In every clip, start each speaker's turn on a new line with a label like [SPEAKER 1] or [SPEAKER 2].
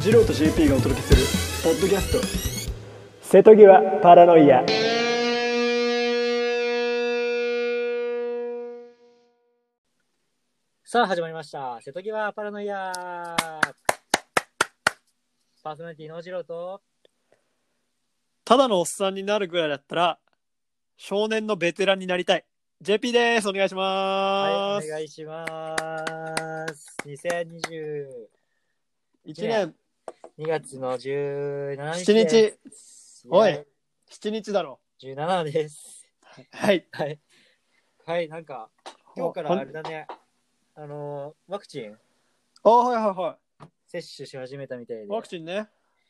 [SPEAKER 1] ジローと JP がお届けするポッドキャスト
[SPEAKER 2] 瀬戸際パラノイア
[SPEAKER 3] さあ始まりました。瀬戸際パラノイアパーソナリティの次郎と、
[SPEAKER 4] ただのおっさんになるぐらいだったら、少年のベテランになりたい。JP です。お願いしま
[SPEAKER 3] は
[SPEAKER 4] す。
[SPEAKER 3] い、お願いします。2020、
[SPEAKER 4] 一年、
[SPEAKER 3] 2月の17日
[SPEAKER 4] 七
[SPEAKER 3] です。
[SPEAKER 4] 日、おい
[SPEAKER 3] や。
[SPEAKER 4] 七日だろ。
[SPEAKER 3] 17です。
[SPEAKER 4] はい。
[SPEAKER 3] はい。はい、なんか、今日からあれだね、あのー、ワクチン
[SPEAKER 4] お、はいはいは
[SPEAKER 3] 接種し始めたみたいで
[SPEAKER 4] い。、ワクチンね。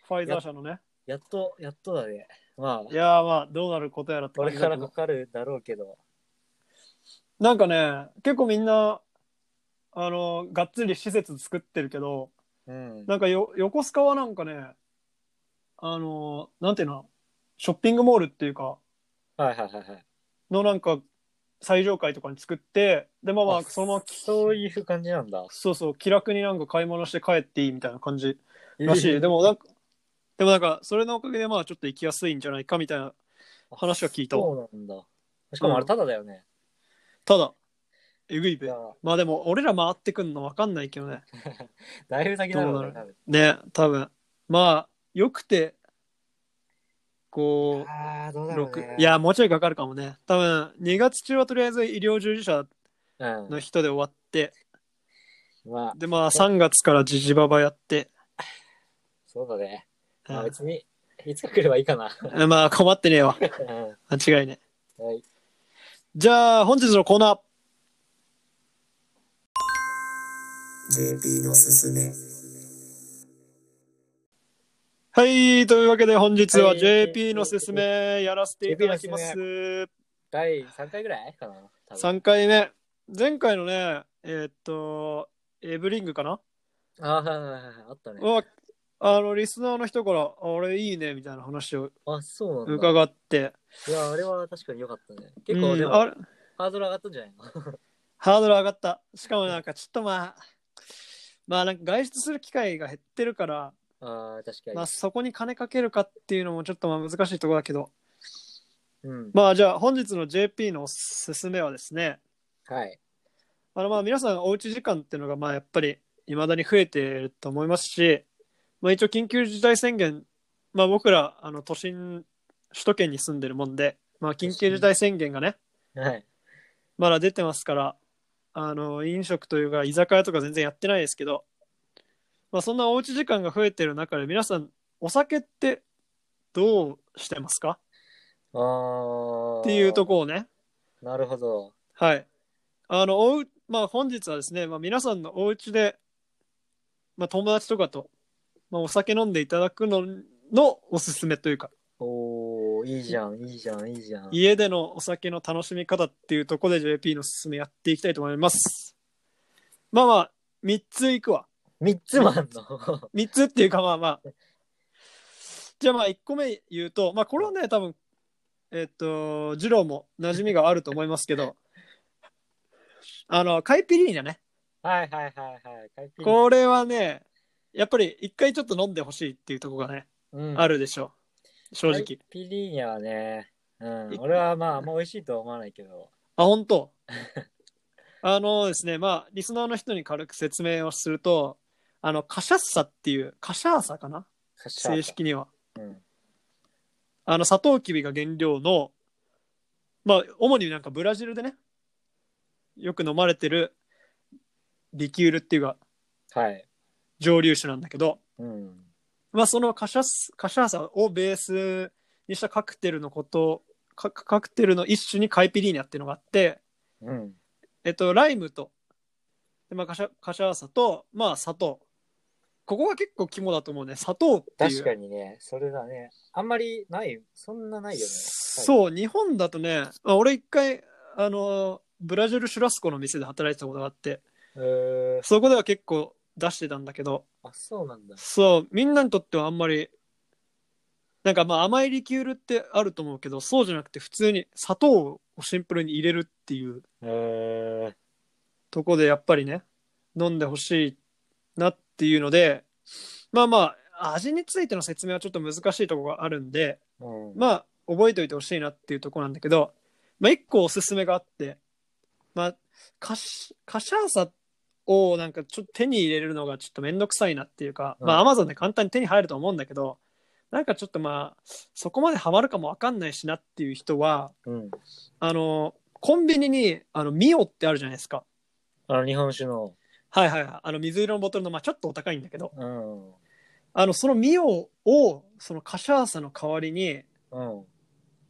[SPEAKER 4] ファイザー社のね。
[SPEAKER 3] やっと、やっとだね。ま
[SPEAKER 4] い
[SPEAKER 3] あ、
[SPEAKER 4] やーまあ、どうなることやらって
[SPEAKER 3] こ
[SPEAKER 4] 感
[SPEAKER 3] れ
[SPEAKER 4] じ
[SPEAKER 3] か
[SPEAKER 4] だけ
[SPEAKER 3] ら
[SPEAKER 4] ど
[SPEAKER 3] かかるだろうけど、
[SPEAKER 4] なんかね、結構みんな、あの、がっつり施設作ってるけど、
[SPEAKER 3] うん。
[SPEAKER 4] なんかよ横須賀はなんかね、あの、なんていうの、ショッピングモールっていうか、
[SPEAKER 3] はいはいはいはい。
[SPEAKER 4] のなんか、最上階とかに作って、で、まあまあ、そのまま
[SPEAKER 3] そういう感じなんだ。
[SPEAKER 4] そうそう、気楽になんか買い物して帰っていいみたいな感じらしい。でもなんか、でもなんか、それのおかげでまあちょっと行きやすいんじゃないかみたいな話は聞いたわ。
[SPEAKER 3] そうなんだ。しかもあれタダだよね。
[SPEAKER 4] ただ、えぐい
[SPEAKER 3] い
[SPEAKER 4] べ
[SPEAKER 3] や。
[SPEAKER 4] まあでも、俺ら回ってくんのわかんないけどね。
[SPEAKER 3] だいぶ先だろう
[SPEAKER 4] ど
[SPEAKER 3] ね
[SPEAKER 4] う
[SPEAKER 3] 多分
[SPEAKER 4] ね、多分。まあ、よくて、こ
[SPEAKER 3] ああ、どう
[SPEAKER 4] う、
[SPEAKER 3] だろう
[SPEAKER 4] 六
[SPEAKER 3] ね。
[SPEAKER 4] い、や、もうちょいかかるかもね。多分、2月中はとりあえず医療従事者
[SPEAKER 3] うん。
[SPEAKER 4] の人で終わって、
[SPEAKER 3] まあ、
[SPEAKER 4] で、まあ3月からジジババやって、
[SPEAKER 3] そうだね。
[SPEAKER 4] う
[SPEAKER 3] まあ別に、いつか来ればいいかな。
[SPEAKER 4] んまあ困ってねえわ。
[SPEAKER 3] う
[SPEAKER 4] 間違いね。
[SPEAKER 3] んはい。
[SPEAKER 4] じゃあ、本日のコーナー。
[SPEAKER 5] JP のすすめ
[SPEAKER 4] はい、というわけで本日は
[SPEAKER 3] はい
[SPEAKER 4] JP の説明やらせていただきま
[SPEAKER 3] JP
[SPEAKER 4] す。
[SPEAKER 3] 第3回ぐらいかな。多分
[SPEAKER 4] 3回目。前回のね、えーっと、エブリングかな
[SPEAKER 3] あーはいはいはいあったね。
[SPEAKER 4] は、あの、リスナーの人から、あ俺いいね、みたいな話を
[SPEAKER 3] あ、そうなんだ。
[SPEAKER 4] 伺って。
[SPEAKER 3] いや、あれは確かに良かったね。結構、
[SPEAKER 4] うん
[SPEAKER 3] でも、
[SPEAKER 4] あれ
[SPEAKER 3] ハードル上がったんじゃないの
[SPEAKER 4] ハードル上がった。しかもなんかちょっとまあ、まあなんか外出する機会が減ってるから、
[SPEAKER 3] ああ、確かに。
[SPEAKER 4] まあそこに金かけるかっていうのもちょっとまあ難しいところだけど、
[SPEAKER 3] うん。
[SPEAKER 4] まあじゃあ本日の JP のおすすめはですね、
[SPEAKER 3] はい。
[SPEAKER 4] あのまあ皆さんおうち時間っていうのがまあやっぱりいまだに増えていると思いますし、まあ、一応緊急事態宣言、まあ、僕らあの都心首都圏に住んでるもんで、まあ、緊急事態宣言がね
[SPEAKER 3] はい。
[SPEAKER 4] まだ出てますからあの飲食というか居酒屋とか全然やってないですけど、まあ、そんなおうち時間が増えてる中で皆さんお酒ってどうしてますか
[SPEAKER 3] ああ。
[SPEAKER 4] っていうとこをね
[SPEAKER 3] なるほど。
[SPEAKER 4] はい。あの、おう、まあ本日はですね、まあ皆さんのお家で、まあ友達とかと、まあお酒飲んでいただくののおすすめというか、
[SPEAKER 3] おー、いいじゃん、いいじゃん、いいじゃん。
[SPEAKER 4] 家でのお酒の楽しみ方っていうところで JP のおすすめやっていきたいと思います。まあまあ、3ついくわ。
[SPEAKER 3] 3つもあんの
[SPEAKER 4] 3つっていうかまあまあ。じゃあまあ1個目言うと、まあこれはね、多分、えっと、二郎も馴染みがあると思いますけど、あの、カイピリーニャね。
[SPEAKER 3] はいはいはいはい。解禁
[SPEAKER 4] これはね、やっぱり一回ちょっと飲んでほしいっていうところがね、
[SPEAKER 3] うん
[SPEAKER 4] あるでしょう。正直。
[SPEAKER 3] カイピリーニャはね、うん
[SPEAKER 4] い、
[SPEAKER 3] 俺はまあ、あんま美味しいとは思わないけど。
[SPEAKER 4] あ、本 当あのですね、まあ、リスナーの人に軽く説明をすると、あの、カシャッサっていう、カシャーサかな
[SPEAKER 3] カシャーサ
[SPEAKER 4] 正。式には。
[SPEAKER 3] うん。
[SPEAKER 4] あの、サトウキビが原料の、まあ、主になんかブラジルでね、よく飲まれてるリキュールっていうか、
[SPEAKER 3] はい。
[SPEAKER 4] 蒸留酒なんだけど、
[SPEAKER 3] うん。
[SPEAKER 4] まあ、そのカシャスカシャーサをベースにしたカクテルのことカカクテルの一種にカイピリーニャっていうのがあって、
[SPEAKER 3] うん。
[SPEAKER 4] えっと、ライムとで、まあ、カシャカシャーサと、まあ、砂糖ここが結構肝だと思うね砂糖っていう
[SPEAKER 3] 確かにね、それだね。あんまりない、そんなないよね。う。
[SPEAKER 4] そう日本だとね、まあ、俺一回あのブラジルシュラスコの店で働いてたことがあって
[SPEAKER 3] えー、
[SPEAKER 4] そこでは結構出してたんだけど
[SPEAKER 3] あ、そうなんだ。
[SPEAKER 4] そうみんなにとってはあんまりなんかまあ甘いリキュールってあると思うけどそうじゃなくて普通に砂糖をシンプルに入れるっていう
[SPEAKER 3] えー、
[SPEAKER 4] とこでやっぱりね飲んでほしいなっていうのでまあま味についての説明はちょっと難しいところがあるんで、
[SPEAKER 3] うん
[SPEAKER 4] まあ、覚えておいてほしいなっていうところなんだけど、まあ、一個おすすめがあって、まあ、カシカシャーサをなんかちょっと手に入れるのがちょっとめんどくさいなっていうか、まあ、アマゾンで簡単に手に入ると思うんだけど、なんかちょっとまあ、そこまでハマるかもわかんないしなっていう人は、
[SPEAKER 3] うん。
[SPEAKER 4] あの、コンビニに、あの、ミオってあるじゃないですか。
[SPEAKER 3] あの、日本酒の。
[SPEAKER 4] はいはいはい。あの、水色のボトルの、まあ、ちょっとお高いんだけど、
[SPEAKER 3] うん。
[SPEAKER 4] あの、そのミオを、そのカシャーサの代わりに、
[SPEAKER 3] うん。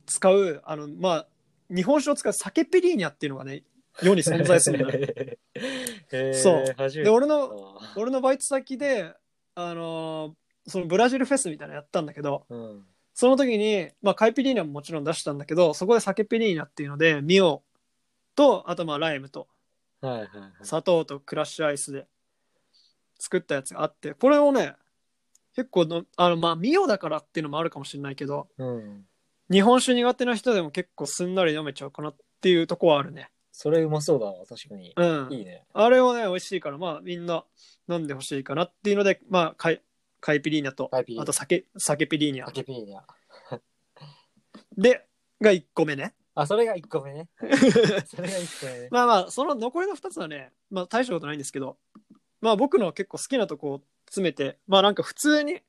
[SPEAKER 4] 使うあのまあ日本酒を使う酒ペリーニャっていうのがね世に存在す るんだよ
[SPEAKER 3] へー
[SPEAKER 4] そう。
[SPEAKER 3] 初
[SPEAKER 4] で
[SPEAKER 3] めて。
[SPEAKER 4] 俺の俺のバイト先であのーそのブラジルフェスみたいなのやったんだけど
[SPEAKER 3] うん。
[SPEAKER 4] その時に、まあ、カイピリーニャももちろん出したんだけどそこで酒ペリーニャっていうのでミオとあとまあライムと
[SPEAKER 3] はいはいはい。
[SPEAKER 4] 砂糖とクラッシュアイスで作ったやつがあってこれをね結構のあのまあミオだからっていうのもあるかもしれないけど
[SPEAKER 3] うん。
[SPEAKER 4] 日本酒苦手な人でも結構すんなり飲めちゃうかなっていうとこはあるね
[SPEAKER 3] それうまそうだわ、確かに。
[SPEAKER 4] うん
[SPEAKER 3] いいね。
[SPEAKER 4] あれをね、美味しいから、まあ、みんな飲んでほしいかなっていうので、まあ、カイカイピリーニャと、
[SPEAKER 3] カイピリーニャ
[SPEAKER 4] あと酒、酒ピリーニ
[SPEAKER 3] ア
[SPEAKER 4] ャ
[SPEAKER 3] ケピーニャ。
[SPEAKER 4] で、が1個目ね。
[SPEAKER 3] あ、それが1個目 ね。それが1個目ね。
[SPEAKER 4] まあまあ、その残りの2つはね、まあ、大したことないんですけど、まあ、僕の結構好きなとこを詰めて、まあ、なんか普通に、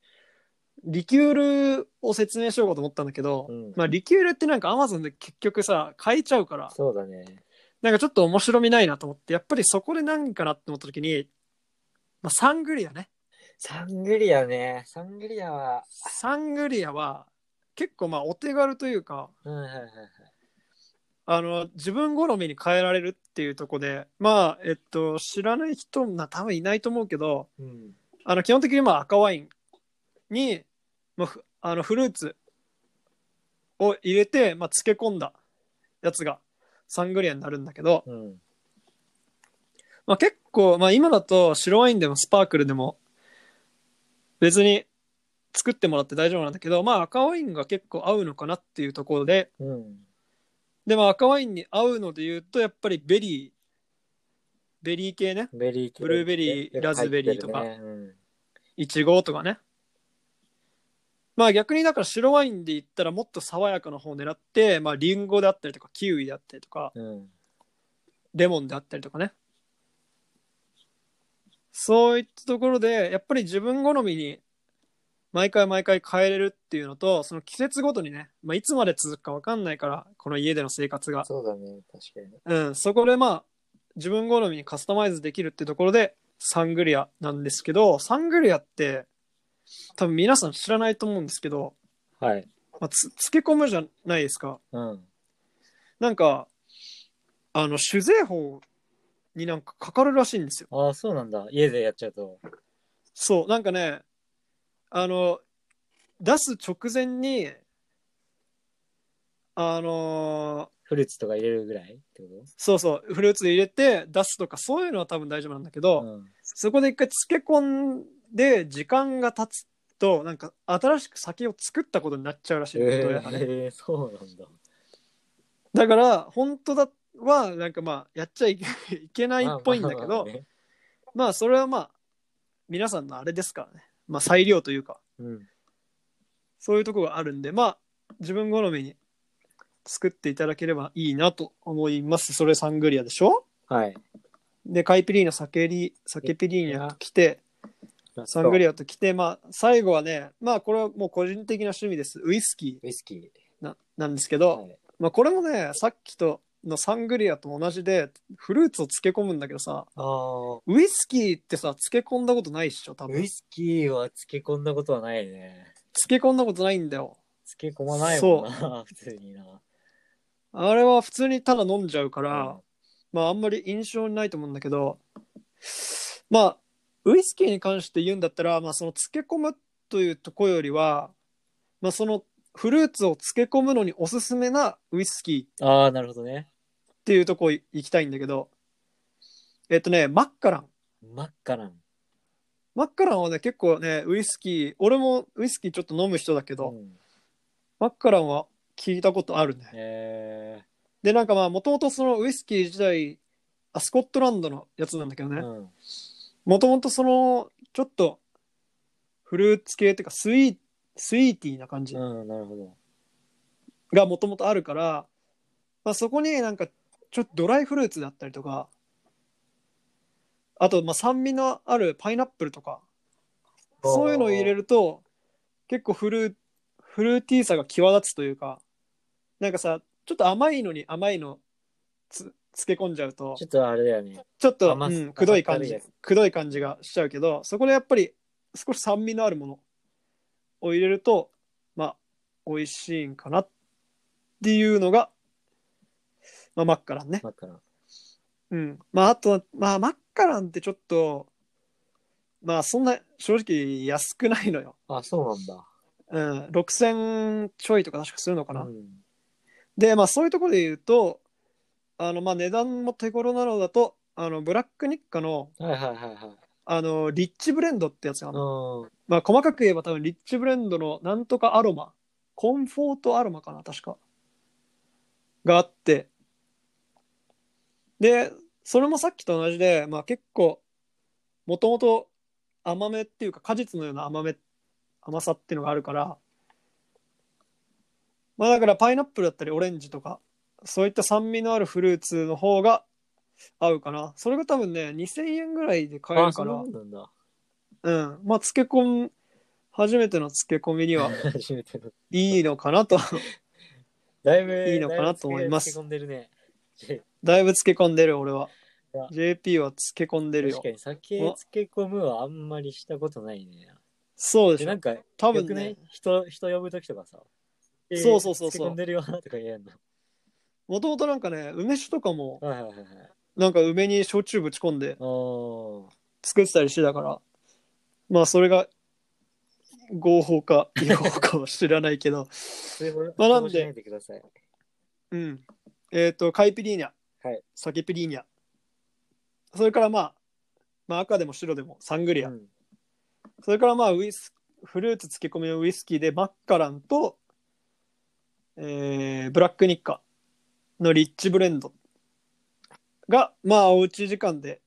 [SPEAKER 4] リキュールを説明しようかと思ったんだけど、
[SPEAKER 3] うん
[SPEAKER 4] まあ、リキュールってなんか Amazon で結局さ、買えちゃうから、
[SPEAKER 3] そうだね。
[SPEAKER 4] なんかちょっと面白みないなと思って、やっぱりそこで何かなって思った時に、まあ、サングリアね。
[SPEAKER 3] サングリアね。サングリアは。
[SPEAKER 4] サングリアは結構まあお手軽というか
[SPEAKER 3] うんはいはいはい。
[SPEAKER 4] あの自分好みに変えられるっていうとこでまあえっと知らない人な多分いないと思うけど
[SPEAKER 3] うん。
[SPEAKER 4] あの基本的にまあ赤ワインに、まあ、ふあのフルーツを入れて、まあ、漬け込んだやつがサングリアになるんだけど、
[SPEAKER 3] うん。
[SPEAKER 4] まあ、結構、まあ、今だと白ワインでもスパークルでも別に作ってもらって大丈夫なんだけど、まあ、赤ワインが結構合うのかなっていうところで、
[SPEAKER 3] うん。
[SPEAKER 4] でも赤ワインに合うので言うとやっぱりベリーベリー系ね
[SPEAKER 3] ベリー系
[SPEAKER 4] ブルーベリーラズベリーとか
[SPEAKER 3] 入ってるね
[SPEAKER 4] いちごとかねまあ逆にだから白ワインで言ったらもっと爽やかな方を狙ってまあリンゴであったりとかキウイであったりとか
[SPEAKER 3] うん。うん。
[SPEAKER 4] レモンであったりとかねそういったところでやっぱり自分好みに毎回毎回変えれるっていうのとその季節ごとにね、まあ、いつまで続くか分かんないからこの家での生活が
[SPEAKER 3] そうだね。確かに。
[SPEAKER 4] うん、そこでまあ自分好みにカスタマイズできるってところでサングリアなんですけどサングリアって多分皆さん知らないと思うんですけど、
[SPEAKER 3] はい。
[SPEAKER 4] まあ、つ漬け込むじゃないですか
[SPEAKER 3] うん。
[SPEAKER 4] なんかあの酒税法になんかかかるらしいんですよ
[SPEAKER 3] ああ、そうなんだ。家でやっちゃうと。
[SPEAKER 4] そうなんかねあの出す直前にあの
[SPEAKER 3] フルーツとか入れるぐらいってこ
[SPEAKER 4] そうそうフルーツ入れて出すとかそういうのは多分大丈夫なんだけど、
[SPEAKER 3] とうん。
[SPEAKER 4] そこで一回漬け込んで時間が経つとなんか新しく酒を作ったことになっちゃうらしいんだけどやっぱね
[SPEAKER 3] ええ、そうなんだ。
[SPEAKER 4] だから本当だはなんかまあやっちゃいけいけないっぽいんだけ
[SPEAKER 3] まあまあまあ
[SPEAKER 4] ど
[SPEAKER 3] ね
[SPEAKER 4] まあそれはまあ皆さんのあれですからねまあ裁量というか
[SPEAKER 3] うん。
[SPEAKER 4] そういうとこがあるんでまあ自分好みに作っていただければいいなと思いますそれサングリアでしょ
[SPEAKER 3] はい。
[SPEAKER 4] でカイピリーナ酒リ酒ピリーニャと来てサング
[SPEAKER 3] リ
[SPEAKER 4] リアと来て、まあ、最後はね、まあ、これはもう個人的な趣味です。ウイスキ
[SPEAKER 3] ウイスキ
[SPEAKER 4] ーななんですけ
[SPEAKER 3] ー。
[SPEAKER 4] ど、
[SPEAKER 3] はい。
[SPEAKER 4] まあ、これもね、さっきとのサングリアと同じで、フルーツを漬け込むんだけどさ、
[SPEAKER 3] ああ。
[SPEAKER 4] ウイスキーってさ、漬け込んだことないっしょ、多分。
[SPEAKER 3] ウイ
[SPEAKER 4] 漬
[SPEAKER 3] スキーは漬け込んだことはないね。
[SPEAKER 4] け込んだことないんだよ。
[SPEAKER 3] 漬け込まないもんな、 普通にな。
[SPEAKER 4] あれは普通にただ飲んじゃうか
[SPEAKER 3] う
[SPEAKER 4] ら、
[SPEAKER 3] ん
[SPEAKER 4] まあ、あんまり印象にないと思うんだけど、まあ、ウイスキーに関して言うんだったら、まあ、その漬け込むというとこよりは、まあ、そのフルーツを漬け込むのにおすすめなウイスキーっ
[SPEAKER 3] ああ、なるほどね。
[SPEAKER 4] ていうとこ行きたいんだけど、えっとね、マッカラン。
[SPEAKER 3] 真っ赤なん。
[SPEAKER 4] マッカランはね、結構ね、ウイスキー、俺もウイスキーちょっと飲む人だけど、
[SPEAKER 3] うん
[SPEAKER 4] マッカランは聞いたことあるね。
[SPEAKER 3] え
[SPEAKER 4] で、なんかまあ、もともとそのウイスキー時代、あスコットランドのやつなんだけどね、
[SPEAKER 3] ーうん
[SPEAKER 4] もともとそのちょっとフルーツ系っていうかスイスイーティーな感じ
[SPEAKER 3] うん、なるほど。
[SPEAKER 4] がもともとあるから、まあ、そこになんかちょっとドライフルーツだったりとかあとまあ酸味のあるパイナップルとかそういうのを入れ
[SPEAKER 3] る。
[SPEAKER 4] ると結構フルフルーティーさが際立つというかなんかさちょっと甘いのに甘いのつ漬け込んじゃうと
[SPEAKER 3] ちょっとあれだよね。
[SPEAKER 4] ちょっと、う
[SPEAKER 3] 甘す
[SPEAKER 4] ん、くどい感
[SPEAKER 3] 甘ったるい
[SPEAKER 4] じ
[SPEAKER 3] やつ
[SPEAKER 4] くどい感じがしちゃうけどそこでやっぱり少し酸味のあるものを入れるとまあ美味しいんかなっていうのが、まあ、マッカランね
[SPEAKER 3] マッカラン。
[SPEAKER 4] うんまああとはまあマッカランってちょっとまあそんな正直安くないのよ
[SPEAKER 3] あ、そうなんだ。
[SPEAKER 4] うん、6000ちょいとか確かするのかな。
[SPEAKER 3] うん
[SPEAKER 4] で、まあそういうところで言うと、あの、まあ値段も手頃なのだと、あの、ブラック日課の、
[SPEAKER 3] はいはいはいはい。
[SPEAKER 4] あの、リッチブレンドってやつがあるの、
[SPEAKER 3] うん。
[SPEAKER 4] まあ細かく言えば多分リッチブレンドのなんとかアロマ、コンフォートアロマかな、確か。があって。で、それもさっきと同じで、まあ結構、もともと甘めっていうか果実のような甘め、甘さっていうのがあるから、まあだからパイナップルだったりオレンジとか、そういった酸味のあるフルーツの方が合うかな。それが多分ね、2000円ぐらいで買え
[SPEAKER 3] あ、
[SPEAKER 4] るか
[SPEAKER 3] そう
[SPEAKER 4] ら。
[SPEAKER 3] なんだ。
[SPEAKER 4] うん。まあ、漬け込み、初めての漬け込みには
[SPEAKER 3] 初めての。
[SPEAKER 4] いいのかなと、
[SPEAKER 3] だいぶ、
[SPEAKER 4] いいのかなと思います
[SPEAKER 3] だぶつけ込んでるね。
[SPEAKER 4] だいぶ漬け込んでる、俺は
[SPEAKER 3] うわ。
[SPEAKER 4] JP は漬け込んでる
[SPEAKER 3] 確
[SPEAKER 4] よ
[SPEAKER 3] か。に酒漬け込むはあんまりしたことないね。
[SPEAKER 4] そうで
[SPEAKER 3] で、
[SPEAKER 4] し
[SPEAKER 3] な
[SPEAKER 4] ょ
[SPEAKER 3] ん。か、
[SPEAKER 4] 多
[SPEAKER 3] よ
[SPEAKER 4] 分
[SPEAKER 3] くない
[SPEAKER 4] ね、
[SPEAKER 3] 人、人呼ぶときとかさ。
[SPEAKER 4] そうそうそうそう
[SPEAKER 3] 漬け込んでるよとか言えんの。
[SPEAKER 4] もともとなんかね、梅酒とかも、
[SPEAKER 3] はいはいはいはい。
[SPEAKER 4] なんか梅に焼酎ぶち込んで
[SPEAKER 3] おー
[SPEAKER 4] 作ってたりしてたから、まあ、それが合法か違法かは知らないけど、
[SPEAKER 3] それも
[SPEAKER 4] まあなんで
[SPEAKER 3] それもしないでください。
[SPEAKER 4] うん。えっ、と、カイピリーニャ、
[SPEAKER 3] はい
[SPEAKER 4] サケピリーニャ、それからまあ、まあ、赤でも白でもサングリア
[SPEAKER 3] う、ん
[SPEAKER 4] それからまあウイスフルーツ漬け込みのウイスキーでマッカランと、えーブラックニッカのリッチブレンドがまあおうち時間で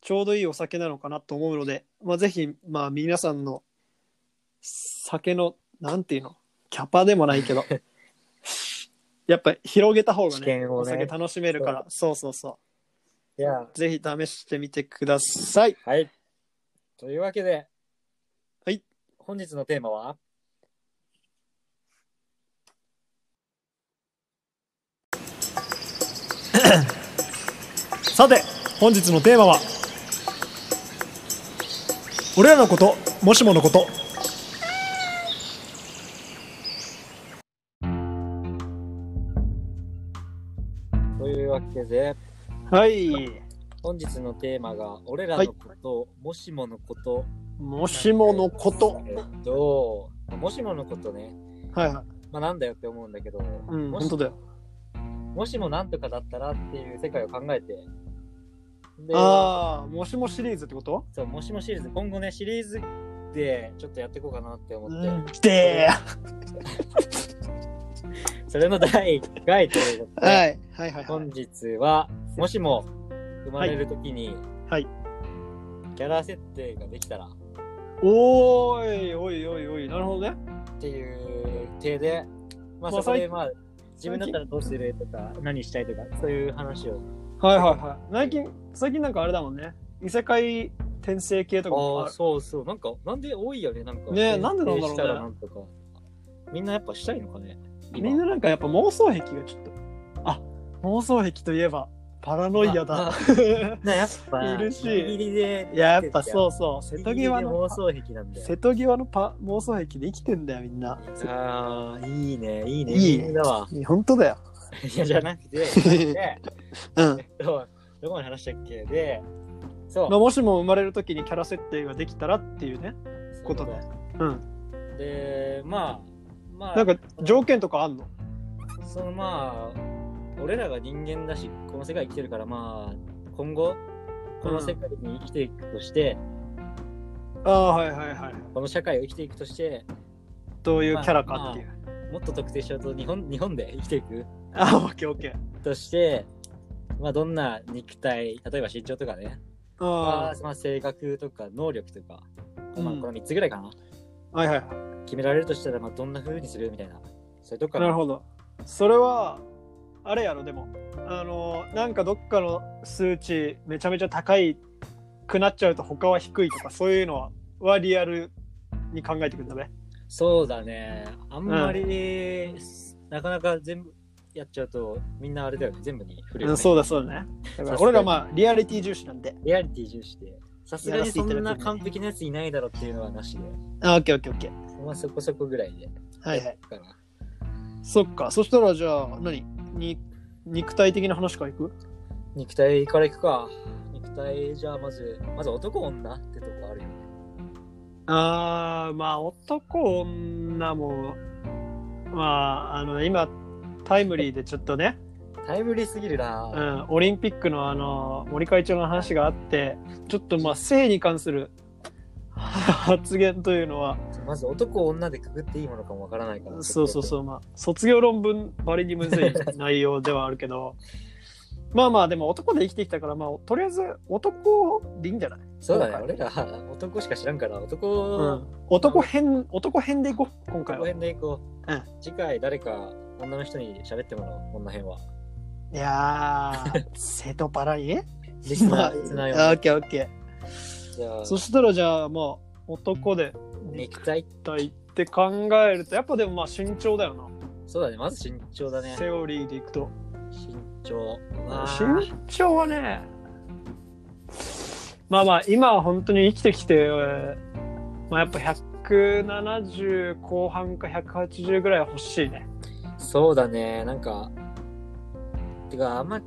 [SPEAKER 4] ちょうどいいお酒なのかなと思うので、まあ、ぜひまあ皆さんの酒のなんていうのキャパでもないけどやっぱ広げた方が
[SPEAKER 3] 知
[SPEAKER 4] ね
[SPEAKER 3] 見
[SPEAKER 4] お
[SPEAKER 3] を
[SPEAKER 4] 酒
[SPEAKER 3] ね。
[SPEAKER 4] 楽しめるからそうそうそ
[SPEAKER 3] いや、
[SPEAKER 4] うぜひ試してみてください
[SPEAKER 3] はい。というわけで、
[SPEAKER 4] はい。
[SPEAKER 3] 本日のテーマは
[SPEAKER 2] さて本日のテーマは俺らのこともしものこと
[SPEAKER 3] というわけで、
[SPEAKER 4] はい
[SPEAKER 3] 本日のテーマが、俺らのこと、もしものこと、
[SPEAKER 4] もしものこと
[SPEAKER 3] えっと、もしものことね、
[SPEAKER 4] はいはい
[SPEAKER 3] まあなんだよって思うんだけど、
[SPEAKER 4] うん
[SPEAKER 3] も
[SPEAKER 4] 本
[SPEAKER 3] し
[SPEAKER 4] 当だよ
[SPEAKER 3] もしもなんとかだったらっていう世界を考えて、で、
[SPEAKER 4] ああ、もしもシリーズってこと
[SPEAKER 3] そう、もしもシリーズ、今後ね、シリーズでちょっとやっていこうかなって思って、
[SPEAKER 4] で
[SPEAKER 3] それの第1回ということで、
[SPEAKER 4] はいはいはいは
[SPEAKER 3] 本
[SPEAKER 4] い。
[SPEAKER 3] 日は、もしも生まれるときに、
[SPEAKER 4] はい
[SPEAKER 3] キャラ設定ができたらっ
[SPEAKER 4] おーい、おいおいおい、なるほどね。
[SPEAKER 3] ていう体で、
[SPEAKER 4] ま
[SPEAKER 3] まあ、
[SPEAKER 4] あ
[SPEAKER 3] そこ
[SPEAKER 4] 最
[SPEAKER 3] で、まあ、自分だったらどうするとか、何したいとか、そういう話を。
[SPEAKER 4] はいはいはい。最近、最近なんかあれだもんね。異世界転生系とかも
[SPEAKER 3] ああ、そうそう。なんか、なんで多いよね、なんか。
[SPEAKER 4] ねえなんでなんだろうね
[SPEAKER 3] 設定したらなんとか。みんなやっぱしたいのかね。
[SPEAKER 4] あるみんななんかやっぱ妄想癖がちょっと。あ、妄想癖といえば、パラノイアだ。
[SPEAKER 3] なやっぱ、
[SPEAKER 4] いるし
[SPEAKER 3] ギリギリで、
[SPEAKER 4] いや、やっぱ
[SPEAKER 3] う。
[SPEAKER 4] そうそう。瀬
[SPEAKER 3] 瀬
[SPEAKER 4] 戸
[SPEAKER 3] 戸際
[SPEAKER 4] 際
[SPEAKER 3] の
[SPEAKER 4] の
[SPEAKER 3] 妄。想癖なんで。
[SPEAKER 4] 瀬戸際のパ妄想癖で生きてんだよ、みんな。
[SPEAKER 3] ああ、いいね、いいね。
[SPEAKER 4] いい
[SPEAKER 3] ギリギリだわ。
[SPEAKER 4] 本当だよ。
[SPEAKER 3] いや、じゃなく て、で
[SPEAKER 4] うん。
[SPEAKER 3] どどこまで話したっけで、そう。
[SPEAKER 4] まあ、もしも生まれるときにキャラ設定ができたらっていうね。ことね。うん。
[SPEAKER 3] で、まあ、まあ、
[SPEAKER 4] なんか条件とかあんの
[SPEAKER 3] そのまあ、俺らが人間だし、この世界生きてるから、まあ、今後、この世界に生きていくとして、
[SPEAKER 4] ああ、はいはいはい。
[SPEAKER 3] この社会を生きていくとして、
[SPEAKER 4] どういうキャラかっていう。
[SPEAKER 3] もっと特定しようと日本、日本で生きていく
[SPEAKER 4] あ、オッケーオッケー。
[SPEAKER 3] として、まあ、どんな肉体、例えば身長とかね、
[SPEAKER 4] あ
[SPEAKER 3] まあ、性格とか能力とか、まあ、
[SPEAKER 4] うん
[SPEAKER 3] この3つぐらいかな。
[SPEAKER 4] はいはい。
[SPEAKER 3] 決められるとしたら、まあ、どんな風にするみたいな。それとか、
[SPEAKER 4] なるほど。それは、あれやろ、でも。あの、なんかどっかの数値めちゃめちゃ高いくなっちゃうと他は低いとか、そういうのは、はリアルに考えてくんだね。
[SPEAKER 3] そうだね。あんまり、なかなか全部やっちゃうと、みんなあれだよね。全部に触れる、
[SPEAKER 4] うん、そうだそうだね。だから俺らまあ、リアリティ重視なんで。
[SPEAKER 3] リアリティ重視で。さすがにそんな完璧なやついないだろうっていうのはなしで。
[SPEAKER 4] あ、オッケーオッケーオッケー。
[SPEAKER 3] まあ、そこそこぐらいで。
[SPEAKER 4] はいはい。
[SPEAKER 3] だから
[SPEAKER 4] そっか。そしたらじゃあ、何に肉体的な話からいく
[SPEAKER 3] 肉体からいくか。肉体、じゃあまず、まず男女ってとこあるよね。
[SPEAKER 4] あー、まあ、男、女も、まあ、あの、今、タイムリーでちょっとね、
[SPEAKER 3] タイムリーすぎる
[SPEAKER 4] う
[SPEAKER 3] な。
[SPEAKER 4] ん、オリンピックのあの森会長の話があってちょっとまあ性に関する 発言というのは
[SPEAKER 3] まず男女でくくっていいものかもわからないから。。
[SPEAKER 4] そうそうそううまあ卒業論文ばりにむずい内容ではあるけ どまあまあでも男で生きてきたからまあとりあえず男でいいんじゃない、
[SPEAKER 3] そうだね。
[SPEAKER 4] そう
[SPEAKER 3] 俺ら男しか知らんから、
[SPEAKER 4] う
[SPEAKER 3] 男、
[SPEAKER 4] ん、男編男編でいこう今回
[SPEAKER 3] この
[SPEAKER 4] は。い
[SPEAKER 3] 辺でいこう。
[SPEAKER 4] うん
[SPEAKER 3] 次回誰か女の人に喋ってもらおう、女 編は。
[SPEAKER 4] や ー瀬戸パラいえ
[SPEAKER 3] リスナー、リスナーよ。
[SPEAKER 4] オッケーオッケ
[SPEAKER 3] じゃあ
[SPEAKER 4] ー。そしたらじゃあまあ男で
[SPEAKER 3] 肉体
[SPEAKER 4] 体って考えるとやっぱでもまあ身長だよな。
[SPEAKER 3] そうだね、まず身長だね。
[SPEAKER 4] セオリーでいくと
[SPEAKER 3] 身長。うわー
[SPEAKER 4] 身長はねまあまあ今は本当に生きてきて、えーまあ、やっぱ170後半か180ぐらいは欲しいね
[SPEAKER 3] そうだね、なんか。てか、あんま、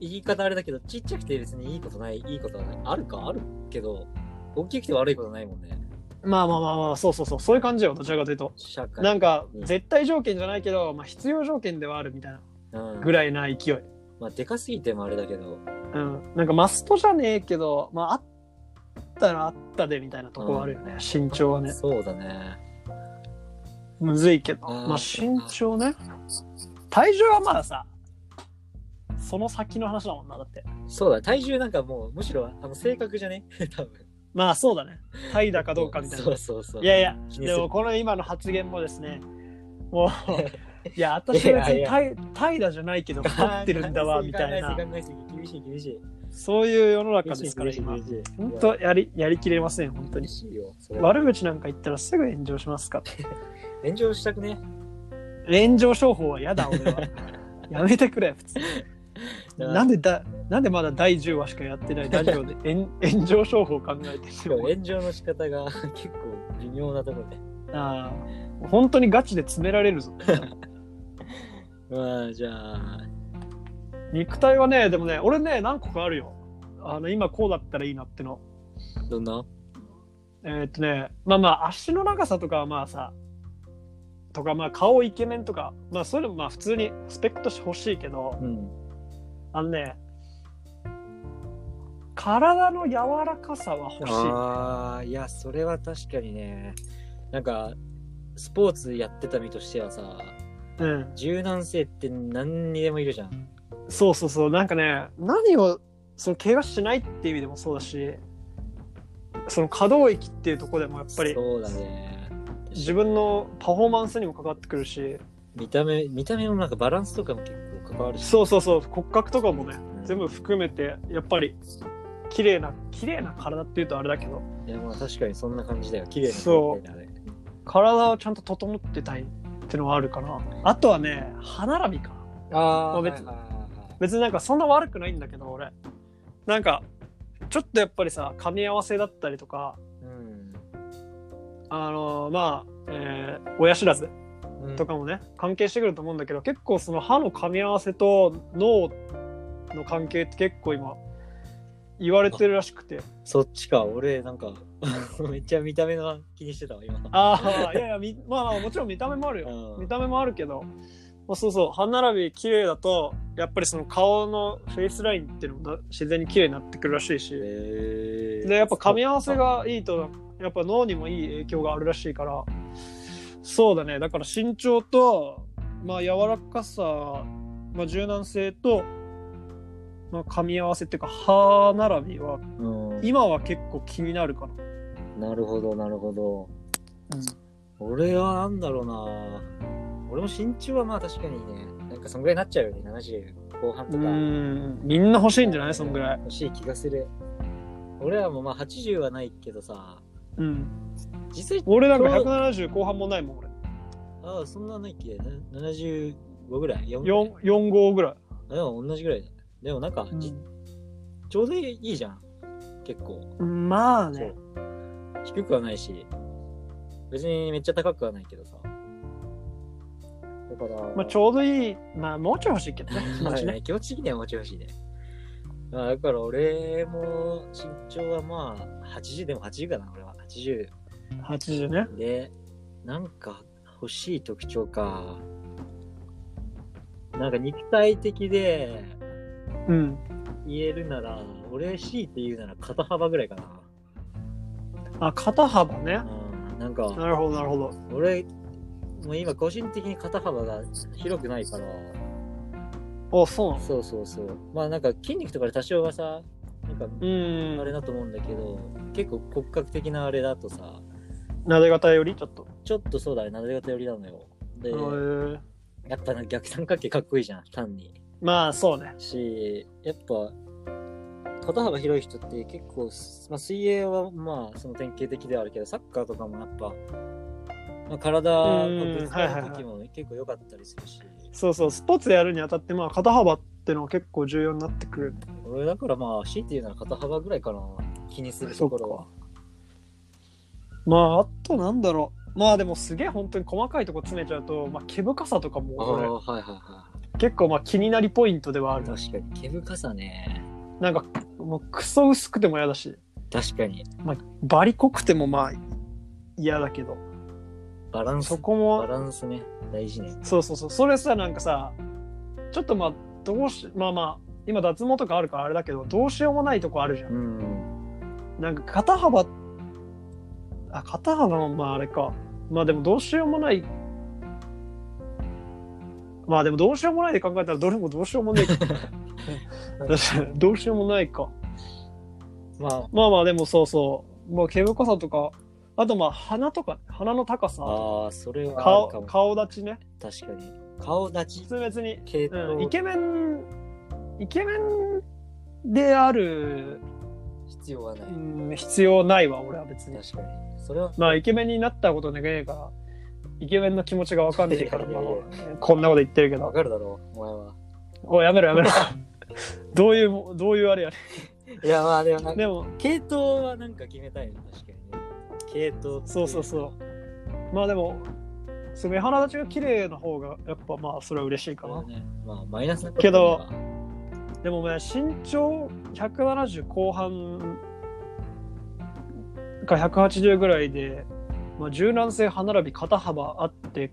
[SPEAKER 3] 言い方あれだけど、ちっちゃくて別にいいことない、いいことはない。あるかあるけど、大きくて悪いことないもんね。
[SPEAKER 4] まあまあまあまあそうそうそうそういう感じよどちらかというと
[SPEAKER 3] 社会。
[SPEAKER 4] なんか
[SPEAKER 3] うん
[SPEAKER 4] 絶対条件じゃないけど、まあ、必要条件ではあるみたいな
[SPEAKER 3] うん、
[SPEAKER 4] ぐらいな勢い、
[SPEAKER 3] まあ、でかすぎてもあれだけど、
[SPEAKER 4] うん、なんかマストじゃねえけどまああったらあったでみたいなとこはあるよね、身長はね
[SPEAKER 3] そうだね。
[SPEAKER 4] むずいけど、
[SPEAKER 3] あー
[SPEAKER 4] まあ身長ね。体重はまださ、その先の話だもんな、だって。
[SPEAKER 3] そうだ、体重なんかもう、むしろ、あの、性格じゃね 多分。
[SPEAKER 4] まあそうだね。体だかどうかみたい
[SPEAKER 3] そ
[SPEAKER 4] な
[SPEAKER 3] う。そうそう。
[SPEAKER 4] いやいや、
[SPEAKER 3] 気にす
[SPEAKER 4] で
[SPEAKER 3] る
[SPEAKER 4] もこの今の発言もですね、もう、 いや、私は別
[SPEAKER 3] いやい
[SPEAKER 4] に
[SPEAKER 3] や
[SPEAKER 4] 怠怠惰じゃないけど、勝ってるんだ わ、みたいな
[SPEAKER 3] 考。えすぎ、考えすぎ、厳しい、厳しい。
[SPEAKER 4] そういう世の中
[SPEAKER 3] 厳し
[SPEAKER 4] で
[SPEAKER 3] い、
[SPEAKER 4] すから、
[SPEAKER 3] 厳しい、
[SPEAKER 4] 今。
[SPEAKER 3] 厳しい。
[SPEAKER 4] 本当やり、やりきれません、本当
[SPEAKER 3] 厳
[SPEAKER 4] に。
[SPEAKER 3] しいよ。それは
[SPEAKER 4] 悪口なんか言ったらすぐ炎上しますから。
[SPEAKER 3] 炎上したくね。
[SPEAKER 4] 炎上商法は嫌だ、俺 は。やめてくれ、普通に。なんでだ、なんでまだ第10話しかやって ないラジオで炎炎上商法を考えてるの
[SPEAKER 3] 炎上の仕方が 結構微妙なところで。
[SPEAKER 4] ああ本当にガチで詰められるぞ。
[SPEAKER 3] まあ、じゃあ、
[SPEAKER 4] 肉体はね、でもね、俺ね、何個かあるよ。あの、今こうだったらいいなっての。
[SPEAKER 3] どんな
[SPEAKER 4] えーっとね、まあまあ、足の長さとかはまあさ、とかまあ、顔イケメンとか、まあ、そういうのもまあ、普通にスペックとしてほしいけど、
[SPEAKER 3] うん。
[SPEAKER 4] あのね、体の柔らかさは欲しい。
[SPEAKER 3] ああ、いや、それは確かにね。なんか、スポーツやってた身としてはさ、
[SPEAKER 4] うん。
[SPEAKER 3] 柔軟性って何にでもいるじゃん。
[SPEAKER 4] そうそうそうなんかね何をその怪我しないっていう意味でもそうだしその可動域っていうところでもやっぱり
[SPEAKER 3] そうだね。
[SPEAKER 4] 自分のパフォーマンスにも関わってくるし
[SPEAKER 3] 見た目、見た目のなんかバランスとかも結構関わるし。
[SPEAKER 4] そうそうそう骨格とかもね
[SPEAKER 3] うん
[SPEAKER 4] 全部含めてやっぱり綺麗な綺麗な体っていうとあれだけど
[SPEAKER 3] いや、まあ確かにそんな感じだよ。綺麗な
[SPEAKER 4] そう
[SPEAKER 3] 体だね。
[SPEAKER 4] 体をちゃんと整ってたいっていうのはあるかなあとはね歯並びかな
[SPEAKER 3] あ
[SPEAKER 4] ま
[SPEAKER 3] あ、
[SPEAKER 4] あ別に
[SPEAKER 3] はいはいはい
[SPEAKER 4] 別になんかそんな悪くないんだけど俺なんかちょっとやっぱりさ噛み合わせだったりとかあのまあ、えー親知らず
[SPEAKER 3] うん。
[SPEAKER 4] とかもね関係してくると思うんだけど結構その歯の噛み合わせと脳の関係って結構今言われてるらしくて
[SPEAKER 3] そっちか、俺、なんか、 めっちゃ見た目の気にしてたわ、今。
[SPEAKER 4] ああいやいやみまあまあもちろん見た目もあるよ
[SPEAKER 3] うん
[SPEAKER 4] 見た目もあるけど、まあ、そうそう歯並び綺麗だとやっぱりその顔のフェイスラインっていうのもだ自然に綺麗になってくるらしいし
[SPEAKER 3] へー
[SPEAKER 4] でやっぱ噛み合わせがいいとやっぱ脳にもいい影響があるらしいからそうだねだから身長とまあ柔らかさ、まあ、柔軟性と、まあ、噛み合わせっていうか歯並びは
[SPEAKER 3] うん
[SPEAKER 4] 今は結構気になるかな
[SPEAKER 3] なるほど、なるほど。俺はなんだろうな俺も身長はまあ確かにね、なんかそんぐらいになっちゃうよね、70後半と
[SPEAKER 4] う
[SPEAKER 3] か。
[SPEAKER 4] んみんな欲しいんじゃないそんぐらい。
[SPEAKER 3] 欲しい気がする。俺らもまあ80はないけどさ、
[SPEAKER 4] うん。
[SPEAKER 3] 実際、
[SPEAKER 4] 俺なんか170後半もないもん、俺。
[SPEAKER 3] ああ、そんなないっけな ?75 ぐらい ?4
[SPEAKER 4] 4、4号ぐらい。
[SPEAKER 3] でも同じぐらいだ。でもなんか、じちょうどいいじゃん。結構。
[SPEAKER 4] まあ
[SPEAKER 3] そう。低くはないし、別にめっちゃ高くはないけどさ。だから、
[SPEAKER 4] まあ、ちょうどいい。まあ、もうちょい欲しいけどね。気
[SPEAKER 3] ま
[SPEAKER 4] 持
[SPEAKER 3] あ
[SPEAKER 4] ちね
[SPEAKER 3] ね、気持ち的にはもちろん欲しいね。まあ、だから俺も身長はまあ、80でも80かな、俺は。80。
[SPEAKER 4] 80ね。
[SPEAKER 3] で、なんか欲しい特徴か。なんか肉体的で
[SPEAKER 4] うん。
[SPEAKER 3] 言えるなら、俺 C って言うなら肩幅ぐらいかな。
[SPEAKER 4] あ、肩幅ね。
[SPEAKER 3] うん、なんか、
[SPEAKER 4] なるほど、なるほど。
[SPEAKER 3] 俺、もう今個人的に肩幅が広くないから、
[SPEAKER 4] お、そうなの
[SPEAKER 3] そうそうそう。まあなんか筋肉とかで多少はさ、なんか
[SPEAKER 4] うん
[SPEAKER 3] あれだと思うんだけど、結構骨格的なあれだとさ、
[SPEAKER 4] なで方よりちょっと。
[SPEAKER 3] ちょっとそうだね、なで方寄りなのよ。で
[SPEAKER 4] へ、ー
[SPEAKER 3] やっぱな逆三角形かっこいいじゃん、単に。
[SPEAKER 4] まあ、そうね。
[SPEAKER 3] し、やっぱ、肩幅広い人って結構す、まあ、水泳はまあその典型的ではあるけど、サッカーとかもやっぱ、まあ、体がぶつかる時も結構良かったりするし、
[SPEAKER 4] そうそう、スポーツやるにあたって、まあ、肩幅ってのは結構重要になってくる。
[SPEAKER 3] 俺だからまあ C っていうなら肩幅ぐらいかな、気にするところは。
[SPEAKER 4] まあ、あとなんだろう。まあ、でもすげえ本当に細かいとこ詰めちゃうと、まあ、毛深さとかも
[SPEAKER 3] あ
[SPEAKER 4] 俺
[SPEAKER 3] あ、はいはいは
[SPEAKER 4] 結構まあ気になりポイントではあ
[SPEAKER 3] い。
[SPEAKER 4] る。
[SPEAKER 3] 確かに、毛深さね。
[SPEAKER 4] なんか、もうクソ薄くても嫌だし、
[SPEAKER 3] 確かに、
[SPEAKER 4] まあ、バリ濃くてもまあ嫌だけど、
[SPEAKER 3] バランス
[SPEAKER 4] そ、こ
[SPEAKER 3] バ
[SPEAKER 4] も、
[SPEAKER 3] ランスね、大事ね。
[SPEAKER 4] そうそうそう、それさ、なんかさ、ちょっとまあ、どうし、まあまあ、今脱毛とかあるからあれだけど、どうしようもないとこあるじゃん。
[SPEAKER 3] うん。
[SPEAKER 4] なんか肩幅、あ、肩幅もまああれか。まあでもどうしようもない。まあでもどうしようもないで考えたらどれもどうしようもない。 どうしようもないか。
[SPEAKER 3] ま
[SPEAKER 4] まあまあでもそうそう。まあ毛深さとか、あとまあ鼻とか、鼻の高
[SPEAKER 3] あ、
[SPEAKER 4] さ、
[SPEAKER 3] ああ、それはあ
[SPEAKER 4] 顔
[SPEAKER 3] るかも。
[SPEAKER 4] 顔立ちね。
[SPEAKER 3] 確かに。顔立ち
[SPEAKER 4] 普、通別に、
[SPEAKER 3] 系統、
[SPEAKER 4] うん、イケメン、イケメンである、
[SPEAKER 3] 必要はない。
[SPEAKER 4] うん、必要ないわ、俺は別に。
[SPEAKER 3] 確かに。それは、
[SPEAKER 4] まあイケメンになったことねえから、イケメンの気持ちがわかんねえから、
[SPEAKER 3] い
[SPEAKER 4] ま
[SPEAKER 3] や
[SPEAKER 4] あ
[SPEAKER 3] いやいや
[SPEAKER 4] こんなこと言ってるけ
[SPEAKER 3] わ
[SPEAKER 4] ど。
[SPEAKER 3] かるだろう、お前は。
[SPEAKER 4] おいやめろやめ ろ。どういう、どういうあれやね。
[SPEAKER 3] いや、まあでもなんか、
[SPEAKER 4] でも、
[SPEAKER 3] 系統はなんか決めたいの、確かにね。系統。
[SPEAKER 4] そうそうそう。まあでも、その目鼻立ちが綺麗な方が、やっぱまあそれは嬉しいか
[SPEAKER 3] そう
[SPEAKER 4] な
[SPEAKER 3] だ。ね。まあ、マイナスなこと
[SPEAKER 4] けど
[SPEAKER 3] だから
[SPEAKER 4] でもね、身長170後半か180ぐらいで、まあ、柔軟性、歯並び、肩幅あって、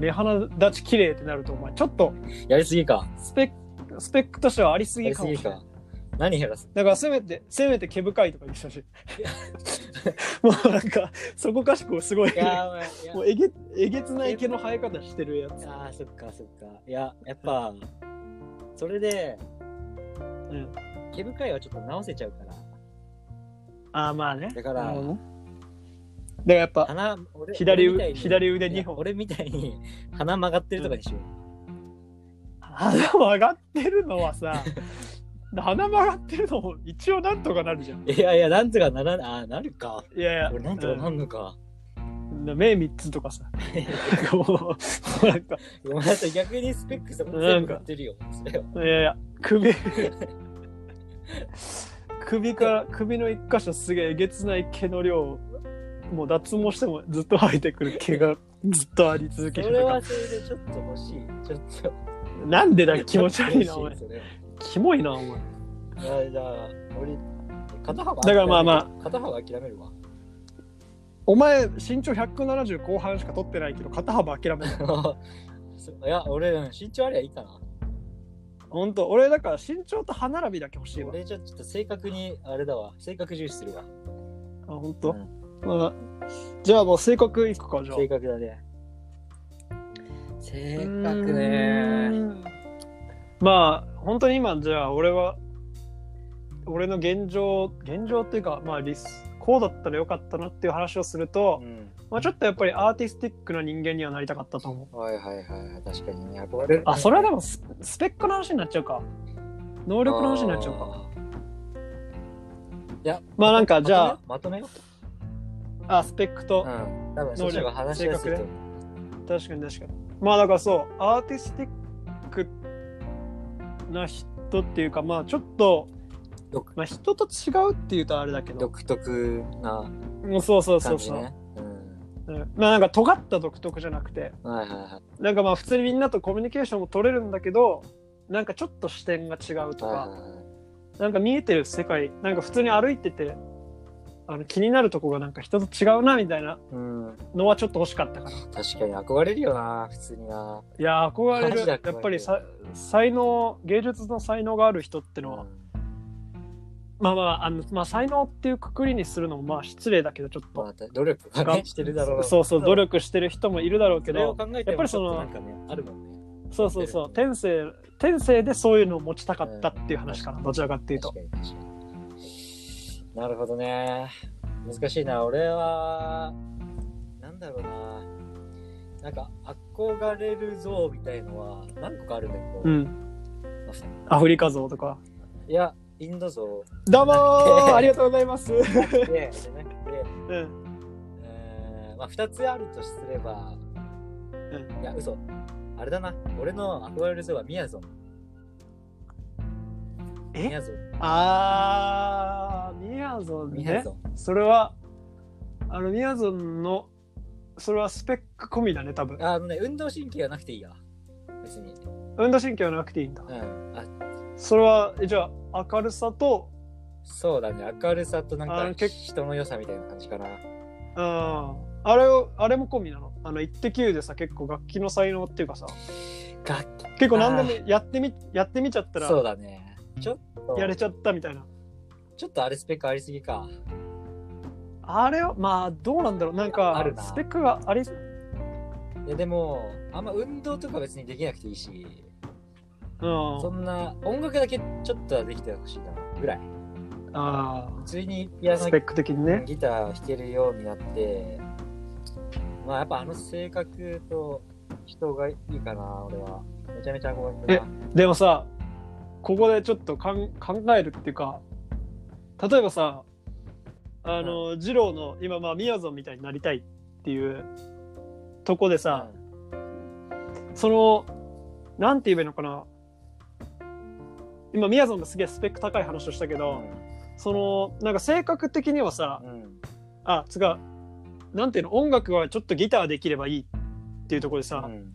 [SPEAKER 4] 目鼻立ち綺麗ってなると、お前ちょっと
[SPEAKER 3] やりすぎか。
[SPEAKER 4] スペック、スペックとしてはありすぎ
[SPEAKER 3] やり
[SPEAKER 4] か
[SPEAKER 3] す
[SPEAKER 4] も
[SPEAKER 3] ぎ
[SPEAKER 4] しれない
[SPEAKER 3] か。。何やらす
[SPEAKER 4] だからせめて、せめて毛深いとか言って たし。もうなんか、そこかしこすごい
[SPEAKER 3] い、やー、まあ、いや
[SPEAKER 4] もうえげえげつない毛の生え方してるやつ。
[SPEAKER 3] あー、そっかそっか。いや、やっぱ、それで、
[SPEAKER 4] ん
[SPEAKER 3] 毛深いはちょっと直せちゃうから。
[SPEAKER 4] ああ、まあね。
[SPEAKER 3] だから
[SPEAKER 4] なるほどねだからやっぱ、
[SPEAKER 3] 鼻、俺
[SPEAKER 4] 左
[SPEAKER 3] 俺みたい
[SPEAKER 4] 腕
[SPEAKER 3] に
[SPEAKER 4] 左腕
[SPEAKER 3] い
[SPEAKER 4] 2
[SPEAKER 3] や
[SPEAKER 4] 本。
[SPEAKER 3] 俺みたいに鼻曲がってるとかにしよう。
[SPEAKER 4] 鼻曲がってるのは さ鼻曲がってるのも一応なんとかなるじゃん
[SPEAKER 3] いやいや、なんとかならな、あー、なるか。
[SPEAKER 4] いやいや
[SPEAKER 3] 俺なんとかなんのか。
[SPEAKER 4] うん目3つとか さなんかもうもうなんか
[SPEAKER 3] お前だって逆にスペックそこ
[SPEAKER 4] な
[SPEAKER 3] 全
[SPEAKER 4] ん
[SPEAKER 3] 部
[SPEAKER 4] か
[SPEAKER 3] やってるよ。それはい
[SPEAKER 4] やいや首首から首の一箇所すげええげつない毛の量もう脱毛してもずっと生えてくる毛がずっとあり続け
[SPEAKER 3] そ
[SPEAKER 4] る
[SPEAKER 3] れ
[SPEAKER 4] から
[SPEAKER 3] はそれでちょっと欲しい。ちょっと。
[SPEAKER 4] なんでだ気持ち悪いなお
[SPEAKER 3] 欲
[SPEAKER 4] 前
[SPEAKER 3] しそれ
[SPEAKER 4] キモいなお前
[SPEAKER 3] いやじゃあ、俺、肩
[SPEAKER 4] だ
[SPEAKER 3] 幅
[SPEAKER 4] からまあま
[SPEAKER 3] あ。肩幅諦めるわ。
[SPEAKER 4] お前身長170後半しか取ってないけど肩幅諦めない
[SPEAKER 3] そういや、俺、うん身長ありゃいいかな。
[SPEAKER 4] 本当俺だから身長と歯並びだけ欲しいわ
[SPEAKER 3] 俺じゃあちょっと正確に、あれだわ。性格重視するわ。
[SPEAKER 4] あ本当、
[SPEAKER 3] う
[SPEAKER 4] まあ、じゃあもう性格いくかじゃあ
[SPEAKER 3] 性格だね。性格
[SPEAKER 4] う
[SPEAKER 3] ね。
[SPEAKER 4] ーんまあ本当に今じゃあ俺は俺の現状現状っていうかまあ理すこうだったらよかったなっていう話をすると、まあ、ちょっとやっぱりアーティスティックな人間にはなりたかったと思う。
[SPEAKER 3] はいはいはい、確かにね、憧れる
[SPEAKER 4] あ、それはでもススペックの話になっちゃうか。能力の話になっちゃうか。
[SPEAKER 3] あーいや、
[SPEAKER 4] まあなんかじゃあ、
[SPEAKER 3] まとめよ
[SPEAKER 4] あ、スペック
[SPEAKER 3] う。
[SPEAKER 4] と
[SPEAKER 3] う、ん。多分そっちの方が話しやすいと思う。
[SPEAKER 4] 確かに確かに。まあだからそう、アーティスティックな人っていうか、まあちょっと
[SPEAKER 3] 独、
[SPEAKER 4] まあ人と違うっていうとあれだけど、
[SPEAKER 3] 独特な
[SPEAKER 4] うんそうそうそ
[SPEAKER 3] 感
[SPEAKER 4] う
[SPEAKER 3] じ
[SPEAKER 4] そう、
[SPEAKER 3] ね。うん
[SPEAKER 4] うんまあなんか尖った独特じゃなくて、
[SPEAKER 3] はいはいはい
[SPEAKER 4] なんかまあ普通にみんなとコミュニケーションも取れるんだけど、なんかちょっと視点が違うとか、
[SPEAKER 3] はいはいはい。
[SPEAKER 4] なんか見えてる世界、なんか普通に歩いてて、あの気になるとこがなんか人と違うなみたいな
[SPEAKER 3] うん。
[SPEAKER 4] のはちょっと欲しかったかな。
[SPEAKER 3] 確かに憧れるよな、普通にな。
[SPEAKER 4] いやー、憧れ
[SPEAKER 3] マジ
[SPEAKER 4] る。
[SPEAKER 3] で
[SPEAKER 4] や
[SPEAKER 3] 憧れる
[SPEAKER 4] っぱりさ才能、芸術の才能がある人ってのは、まあまあ、あのまあ、才能っていうくくりにするのもまあ失礼だけど、ちょっと。
[SPEAKER 3] また努力がね、してるだろう。
[SPEAKER 4] そうそう、努
[SPEAKER 3] 力
[SPEAKER 4] 力してる人もいるだろうけ
[SPEAKER 3] けど、
[SPEAKER 4] ど、
[SPEAKER 3] 考えて
[SPEAKER 4] やっぱ
[SPEAKER 3] も
[SPEAKER 4] り
[SPEAKER 3] ち
[SPEAKER 4] そ
[SPEAKER 3] ょっと
[SPEAKER 4] の
[SPEAKER 3] なんかね、あるもんね。
[SPEAKER 4] そうそうそう、天性、天性でそういうのを持ちたかったっていう話かな、どちらかっていうと
[SPEAKER 3] 確。かに確かに。なるほどね。難しいな。俺は、なんだろうな。なんか、憧れる像みたいのは何個かあるんだけど、
[SPEAKER 4] うん。
[SPEAKER 3] まあ
[SPEAKER 4] アフリカ像とか。
[SPEAKER 3] いや、インド 像
[SPEAKER 4] どうも ーありがとうございます。
[SPEAKER 3] で、じゃなくて、
[SPEAKER 4] うん。
[SPEAKER 3] えーまあ、2つあるとすれば、
[SPEAKER 4] ん
[SPEAKER 3] いや、嘘。あれだな。俺の憧れる像はミヤゾン。
[SPEAKER 4] え
[SPEAKER 3] ミヤゾン。
[SPEAKER 4] あー、みやぞん
[SPEAKER 3] ミヤ
[SPEAKER 4] ね
[SPEAKER 3] ゾ。ン。
[SPEAKER 4] それは、あの、みやぞんの、それはスペック込みだね、多分。
[SPEAKER 3] あのね、運動神経がなくていいや。別に。
[SPEAKER 4] 運動神経はなくていいんだ。
[SPEAKER 3] うん。あ
[SPEAKER 4] それは、えじゃあ、明るさと、
[SPEAKER 3] そうだね、明るさとなん
[SPEAKER 4] あ
[SPEAKER 3] か
[SPEAKER 4] ー結
[SPEAKER 3] 人の良さみたいな感じか
[SPEAKER 4] う
[SPEAKER 3] な。
[SPEAKER 4] ん、あれを、あれも込みなの。あの、イッテ Q でさ、結構楽器の才能っていうかさ、
[SPEAKER 3] 楽
[SPEAKER 4] 結構何でもやってみ、やってみちゃった
[SPEAKER 3] そう
[SPEAKER 4] ら、
[SPEAKER 3] だね。ちょっと、
[SPEAKER 4] やれちゃったみたいな。
[SPEAKER 3] ちょっとあれスペックありすぎか。
[SPEAKER 4] あれは、まあ、どうなんだろう。なん
[SPEAKER 3] あ
[SPEAKER 4] か
[SPEAKER 3] る、な
[SPEAKER 4] スペックがあり、
[SPEAKER 3] いやでも、あんま運動とか別にできなくていいし、
[SPEAKER 4] うん。
[SPEAKER 3] そんな音楽だけちょっとはできてほしいな、ぐらい。
[SPEAKER 4] あ
[SPEAKER 3] 普通にピア
[SPEAKER 4] あ、
[SPEAKER 3] ノ
[SPEAKER 4] スペック的にね。
[SPEAKER 3] ギター弾けるようになって、まあやっぱあの性格と人がいいかな、俺は。めちゃめちゃ憧れてるな。
[SPEAKER 4] でもさここでちょっとかん考えるっていうか例えばさあの、二郎の今まあみやぞんみたいになりたいっていうとこでさ、そのなんて言えばいいのかな今みやぞんがすげえスペック高い話をしたけ
[SPEAKER 3] う
[SPEAKER 4] ど、
[SPEAKER 3] ん。
[SPEAKER 4] そのなんか性格的にはさ、
[SPEAKER 3] うん。
[SPEAKER 4] あ違うなんていうの音楽はちょっとギターできればいいっていうところでさ、
[SPEAKER 3] うん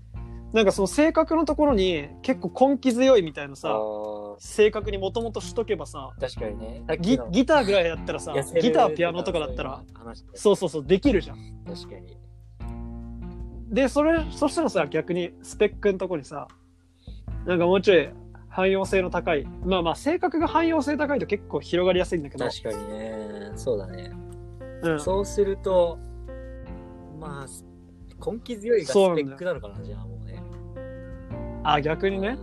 [SPEAKER 4] なんかその性格のところに結構根気強いみたいなさ、
[SPEAKER 3] あー
[SPEAKER 4] 性格にもともとしとけばさ
[SPEAKER 3] 確かにね。さっき
[SPEAKER 4] ギ
[SPEAKER 3] の
[SPEAKER 4] ギターぐらいだったらさ
[SPEAKER 3] 痩せる
[SPEAKER 4] ギターピアノとかだったら
[SPEAKER 3] 話して
[SPEAKER 4] そうそうそうできるじゃん
[SPEAKER 3] 確かに
[SPEAKER 4] でそれそしたらさ逆にスペックのとこにさなんかもうちょい汎用性の高いまあまあ性格が汎用性高いと結構広がりやすいんだけど、
[SPEAKER 3] 確かにねそうだね、
[SPEAKER 4] うん、
[SPEAKER 3] そうするとまあ根気強いがスペックなのかなじゃあもうね
[SPEAKER 4] あ逆にね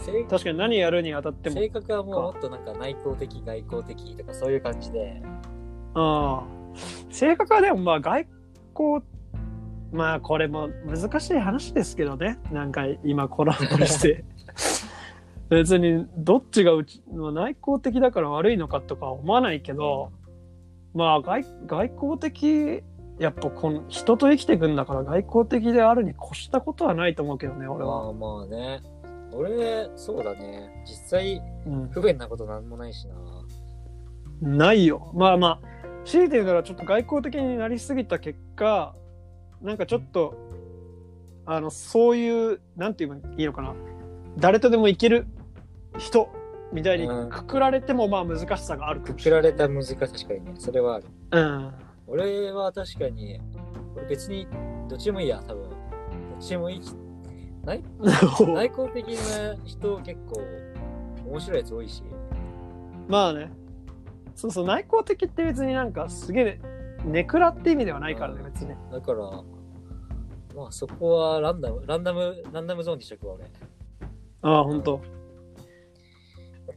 [SPEAKER 3] 性
[SPEAKER 4] 確かに何やるにあたっても
[SPEAKER 3] 性格はもうもっとなんか内向的外向的とかそういう感じで
[SPEAKER 4] うん性格はでもまあ外交まあこれも難しい話ですけどねなんか今コラボして 別にどっちがうち内向的だから悪いのかとかは思わないけどまあ外外交的やっぱこの人と生きてくんだから外交的であるに越したことはないと思うけどね
[SPEAKER 3] ま
[SPEAKER 4] 俺は、
[SPEAKER 3] あまあね俺そうだね実際
[SPEAKER 4] うん、
[SPEAKER 3] 不便なことなんもないしな
[SPEAKER 4] ないよまあまあ強いて言うならちょっと外交的になりすぎた結果なんかちょっとあのそういうなんて言えばいいのかな誰とでもいける人みたいに
[SPEAKER 3] うん
[SPEAKER 4] くくられてもまあ難しさがあるかもし
[SPEAKER 3] 振
[SPEAKER 4] れ
[SPEAKER 3] ら
[SPEAKER 4] ない
[SPEAKER 3] れた難しい確かにねそれはある
[SPEAKER 4] うん
[SPEAKER 3] 俺は確かに、俺別にどっちでもいいや、多分。どっちでもいいし。内内向的な人結構面白いやつ多いし。
[SPEAKER 4] まあねそうそう内向的って別になんかすげえネクラって意味ではないからね
[SPEAKER 3] うん
[SPEAKER 4] 別に
[SPEAKER 3] だから、まあそこはランダム、ランダム、ランダムゾーンにしとくわ、俺。
[SPEAKER 4] ああ本当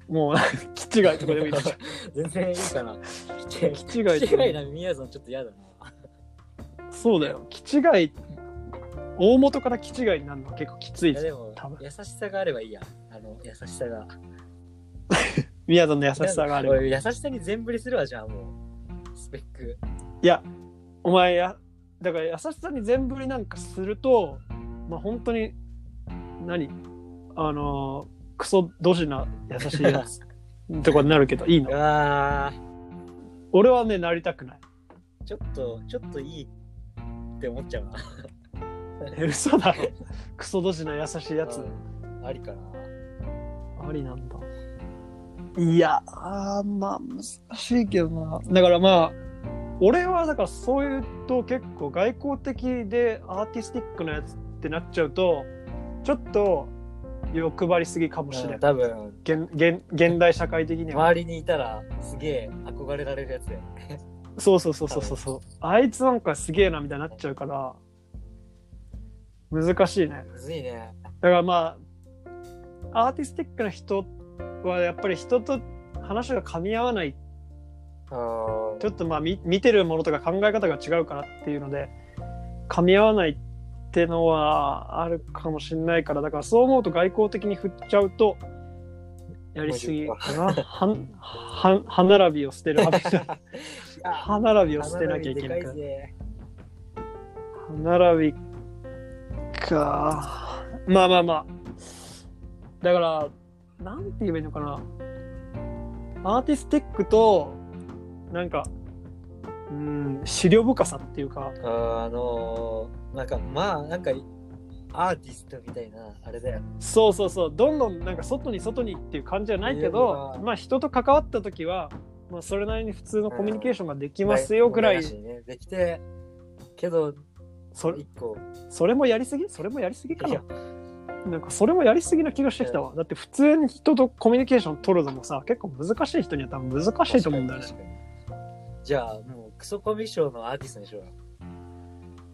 [SPEAKER 4] もう、 キチガイとかでもいいです。
[SPEAKER 3] 全然いいか な。き違い
[SPEAKER 4] キチガイと
[SPEAKER 3] き
[SPEAKER 4] か
[SPEAKER 3] 違いな宮さんちょっと嫌だな。
[SPEAKER 4] そうだよ。キチガイ、大元からキチガイになるのは結構きつい
[SPEAKER 3] い
[SPEAKER 4] で
[SPEAKER 3] や
[SPEAKER 4] す
[SPEAKER 3] でも
[SPEAKER 4] 多分
[SPEAKER 3] 優しさがあればいいや。あの優しさが。
[SPEAKER 4] 宮さんの優しさがあれば。
[SPEAKER 3] 俺優しさに全振りするわじゃあもう。スペック。
[SPEAKER 4] いや、お前や、だから優しさに全振りなんかすると、まあ本当に、何あのー、クソドジな優しい やつとかになるけど、いいうの。
[SPEAKER 3] わー
[SPEAKER 4] 俺はね、なりたくない。
[SPEAKER 3] ちょっとちょっといいって思っちゃうな。
[SPEAKER 4] え嘘だろ。クソドジな優しいやつ。
[SPEAKER 3] うんありかな。
[SPEAKER 4] ありなんだ。いや、あーまあ、難しいけどな。だからまあ、俺はだからそういうと結構外交的でアーティスティックなやつってなっちゃうと、ちょっと欲張りすぎかもしれない。
[SPEAKER 3] 多分
[SPEAKER 4] 現現現代社会的には。
[SPEAKER 3] 周りにいたらすげえ憧れられるやつだよね。
[SPEAKER 4] そうそうそうそうそうそう。あいつなんかすげえなみたいになっちゃうから、難しいね。
[SPEAKER 3] むずいね。
[SPEAKER 4] だからまあ、アーティスティックな人はやっぱり人と話が噛み合わない
[SPEAKER 3] あー
[SPEAKER 4] ちょっとまあ見見てるものとか考え方が違うからっていうので噛み合わないってのはあるかもしれないからだからそう思うと外交的に振っちゃうとやりすぎかなはんはん歯並びを捨てる
[SPEAKER 3] あ
[SPEAKER 4] 歯並びを捨てなきゃいけない
[SPEAKER 3] で
[SPEAKER 4] か
[SPEAKER 3] からいぜ
[SPEAKER 4] 歯並びかまあまあまあだからなんて言えばいいのかなアーティスティックとなんかうん資料深さっていうか
[SPEAKER 3] あのー、なんかまあなんかアーティストみたいなあれだよ
[SPEAKER 4] そうそうそうどんどんなんか外に外にっていう感じじゃないけ
[SPEAKER 3] いや
[SPEAKER 4] ど
[SPEAKER 3] まあ
[SPEAKER 4] まあ人と関わった時は、まあ、それなりに普通のコミュニケーションができ
[SPEAKER 3] い
[SPEAKER 4] ますよぐらい、
[SPEAKER 3] ね、できてけど
[SPEAKER 4] それ
[SPEAKER 3] 一個
[SPEAKER 4] それもやりすぎそれもやりすぎか
[SPEAKER 3] いや
[SPEAKER 4] ななんかそれもやりすぎな気がしてきたわだって普通に人とコミュニケーション取るのもさ結構難しい人には多分難しいと思うんだよね
[SPEAKER 3] 確かにじゃあもうクソコミッションのアーティストにしようよ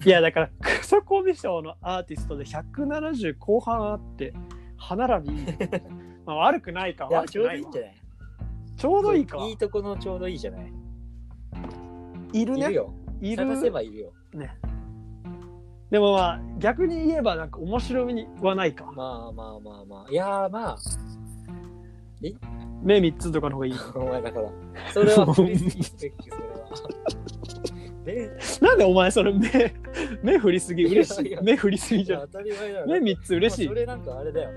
[SPEAKER 4] いやだからクソコミショのアーティストで170後半あって歯並びまあ悪くないか
[SPEAKER 3] いや
[SPEAKER 4] 悪
[SPEAKER 3] ちょ
[SPEAKER 4] く
[SPEAKER 3] うど
[SPEAKER 4] ない
[SPEAKER 3] い
[SPEAKER 4] い
[SPEAKER 3] いんじゃない
[SPEAKER 4] ちょうどいいか
[SPEAKER 3] いいとこのちょうどいいじゃない
[SPEAKER 4] いる
[SPEAKER 3] いる
[SPEAKER 4] ね
[SPEAKER 3] よ
[SPEAKER 4] いる
[SPEAKER 3] 探せばいるよ
[SPEAKER 4] でもまあ逆に言えばなんか面白みはないか
[SPEAKER 3] まあまあまあまあいやーまあ
[SPEAKER 4] 目3つとかの方がいい
[SPEAKER 3] お前だからそれはフリースペックそれはで
[SPEAKER 4] なんでお前それ目目振りすぎ嬉し
[SPEAKER 3] いやい
[SPEAKER 4] い
[SPEAKER 3] や
[SPEAKER 4] 目振りすぎ
[SPEAKER 3] い
[SPEAKER 4] じ
[SPEAKER 3] や
[SPEAKER 4] ゃん
[SPEAKER 3] 当たり前だよ
[SPEAKER 4] 目3つ嬉しい
[SPEAKER 3] まあそれなんかあれだよ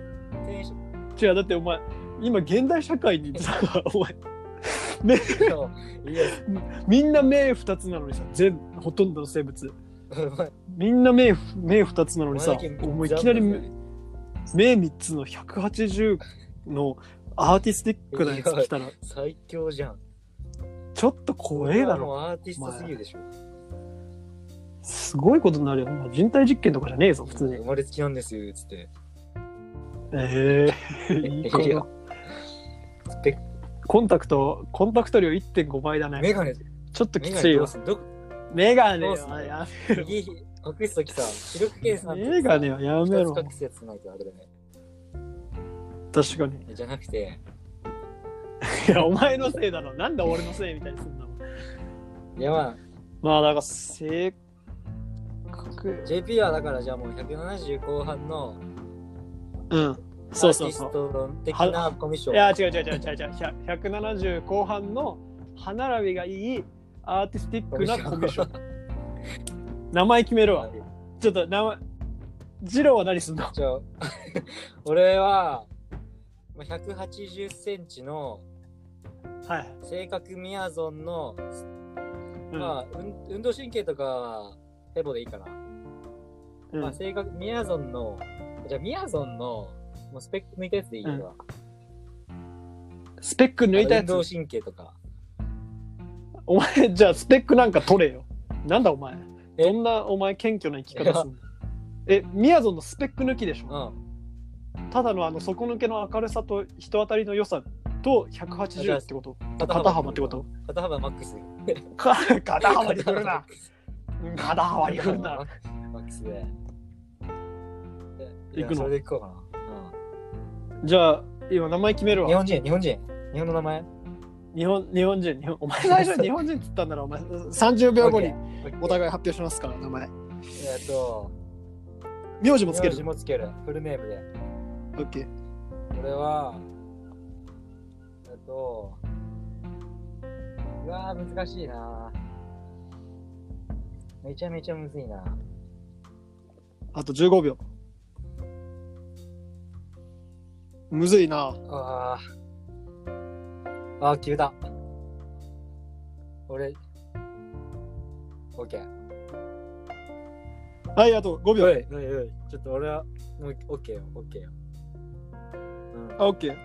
[SPEAKER 3] テンション
[SPEAKER 4] 違うだってお前今現代社会にさ お前目
[SPEAKER 3] そういや、
[SPEAKER 4] みんな目2つなのにさ全ほとんどの生物
[SPEAKER 3] お前
[SPEAKER 4] みんな目目2つなのにさ
[SPEAKER 3] お前だけ
[SPEAKER 4] お前いきなり
[SPEAKER 3] ジャンプだよ
[SPEAKER 4] 目目3つの180のアーティスティックなやつ来たら
[SPEAKER 3] 最強じゃん。
[SPEAKER 4] ちょっと怖えだ
[SPEAKER 3] も
[SPEAKER 4] ろ
[SPEAKER 3] うアーティストすぎるでしょ。
[SPEAKER 4] すごいことになるよお前人体実験とかじゃねえぞ普通 に
[SPEAKER 3] 生まれつきなんですよ、つって。
[SPEAKER 4] ええいいか
[SPEAKER 3] いや
[SPEAKER 4] な
[SPEAKER 3] で
[SPEAKER 4] コンタクト、コンタクト量1.5倍だ
[SPEAKER 3] メ
[SPEAKER 4] ね。
[SPEAKER 3] ガネ、
[SPEAKER 4] ちょっとき
[SPEAKER 3] メガ
[SPEAKER 4] つい
[SPEAKER 3] ネど
[SPEAKER 4] よ
[SPEAKER 3] う。すんど
[SPEAKER 4] メガネ
[SPEAKER 3] どう
[SPEAKER 4] は
[SPEAKER 3] すんの
[SPEAKER 4] や
[SPEAKER 3] 右、隠すときさ、視力検査の時さ
[SPEAKER 4] メガネはやめろ
[SPEAKER 3] 二つ。隠すやつないとあれだね。
[SPEAKER 4] 確かに。
[SPEAKER 3] じゃなくて、
[SPEAKER 4] いや、お前のせいだろ。なんで俺のせいみたいにすんだろ。
[SPEAKER 3] いやま
[SPEAKER 4] まあ、だから、性格
[SPEAKER 3] あ、。JP はだからじゃあもう170後半の
[SPEAKER 4] うん。
[SPEAKER 3] ア
[SPEAKER 4] そう
[SPEAKER 3] ー
[SPEAKER 4] そ
[SPEAKER 3] ティ
[SPEAKER 4] うそ
[SPEAKER 3] ス
[SPEAKER 4] う。
[SPEAKER 3] ト的なコミッショ
[SPEAKER 4] い
[SPEAKER 3] ン。
[SPEAKER 4] や、違う違う違う違う違う。170後半の歯並びがいいアーティスティックなコミッション。 名前決めるわ。ちょっと名前。ジローは何すんの
[SPEAKER 3] じゃあ、 俺は、まあ180センチの
[SPEAKER 4] はい。
[SPEAKER 3] 性格みやぞんの
[SPEAKER 4] うん
[SPEAKER 3] まあ、うん運動神経とかはヘボでいいかな。
[SPEAKER 4] うん
[SPEAKER 3] まあ、性格、ミヤゾンの、じゃあミヤゾンの、もうスペック抜いたやつでいいよ、
[SPEAKER 4] うん
[SPEAKER 3] 俺は
[SPEAKER 4] スペック抜いたや
[SPEAKER 3] 運
[SPEAKER 4] つ
[SPEAKER 3] 動。神経とか。
[SPEAKER 4] お前、じゃあスペックなんか取れよ。なんだお前。
[SPEAKER 3] え
[SPEAKER 4] どんなお前謙虚な生き方すんのえ、みやぞんのスペック抜きでし
[SPEAKER 3] う
[SPEAKER 4] ょ。
[SPEAKER 3] ん。
[SPEAKER 4] ただのあの底抜けの明るさと人当たりの良さと180ってことと肩幅ってこと
[SPEAKER 3] 肩幅マックス。
[SPEAKER 4] か肩幅に来るな。肩幅に
[SPEAKER 3] 肩
[SPEAKER 4] 来る
[SPEAKER 3] 幅マ
[SPEAKER 4] な
[SPEAKER 3] ッ。クス。マックスで。で
[SPEAKER 4] 行くの
[SPEAKER 3] それで行こうかな。
[SPEAKER 4] じゃあ、今名前決める
[SPEAKER 3] 日
[SPEAKER 4] わ
[SPEAKER 3] 本人、日本人。日本の名前
[SPEAKER 4] 日本日本人日本お前最初に日本人って言ったんだろお前30秒後にお互い発表しますから名前
[SPEAKER 3] い。えっと、
[SPEAKER 4] 名字も
[SPEAKER 3] 名
[SPEAKER 4] つけ
[SPEAKER 3] 字
[SPEAKER 4] る
[SPEAKER 3] もつける。フルネームで。
[SPEAKER 4] オッケー
[SPEAKER 3] 俺は、えっと、うわー難しいなめちゃめちゃむずいな
[SPEAKER 4] あと15秒むずいな
[SPEAKER 3] あーあー、急だ。俺、オッケー。
[SPEAKER 4] はいあと5秒
[SPEAKER 3] おいおいおい、ちょっと俺は、もうオッケーよ、オッケーよ。うん、
[SPEAKER 4] あオッケー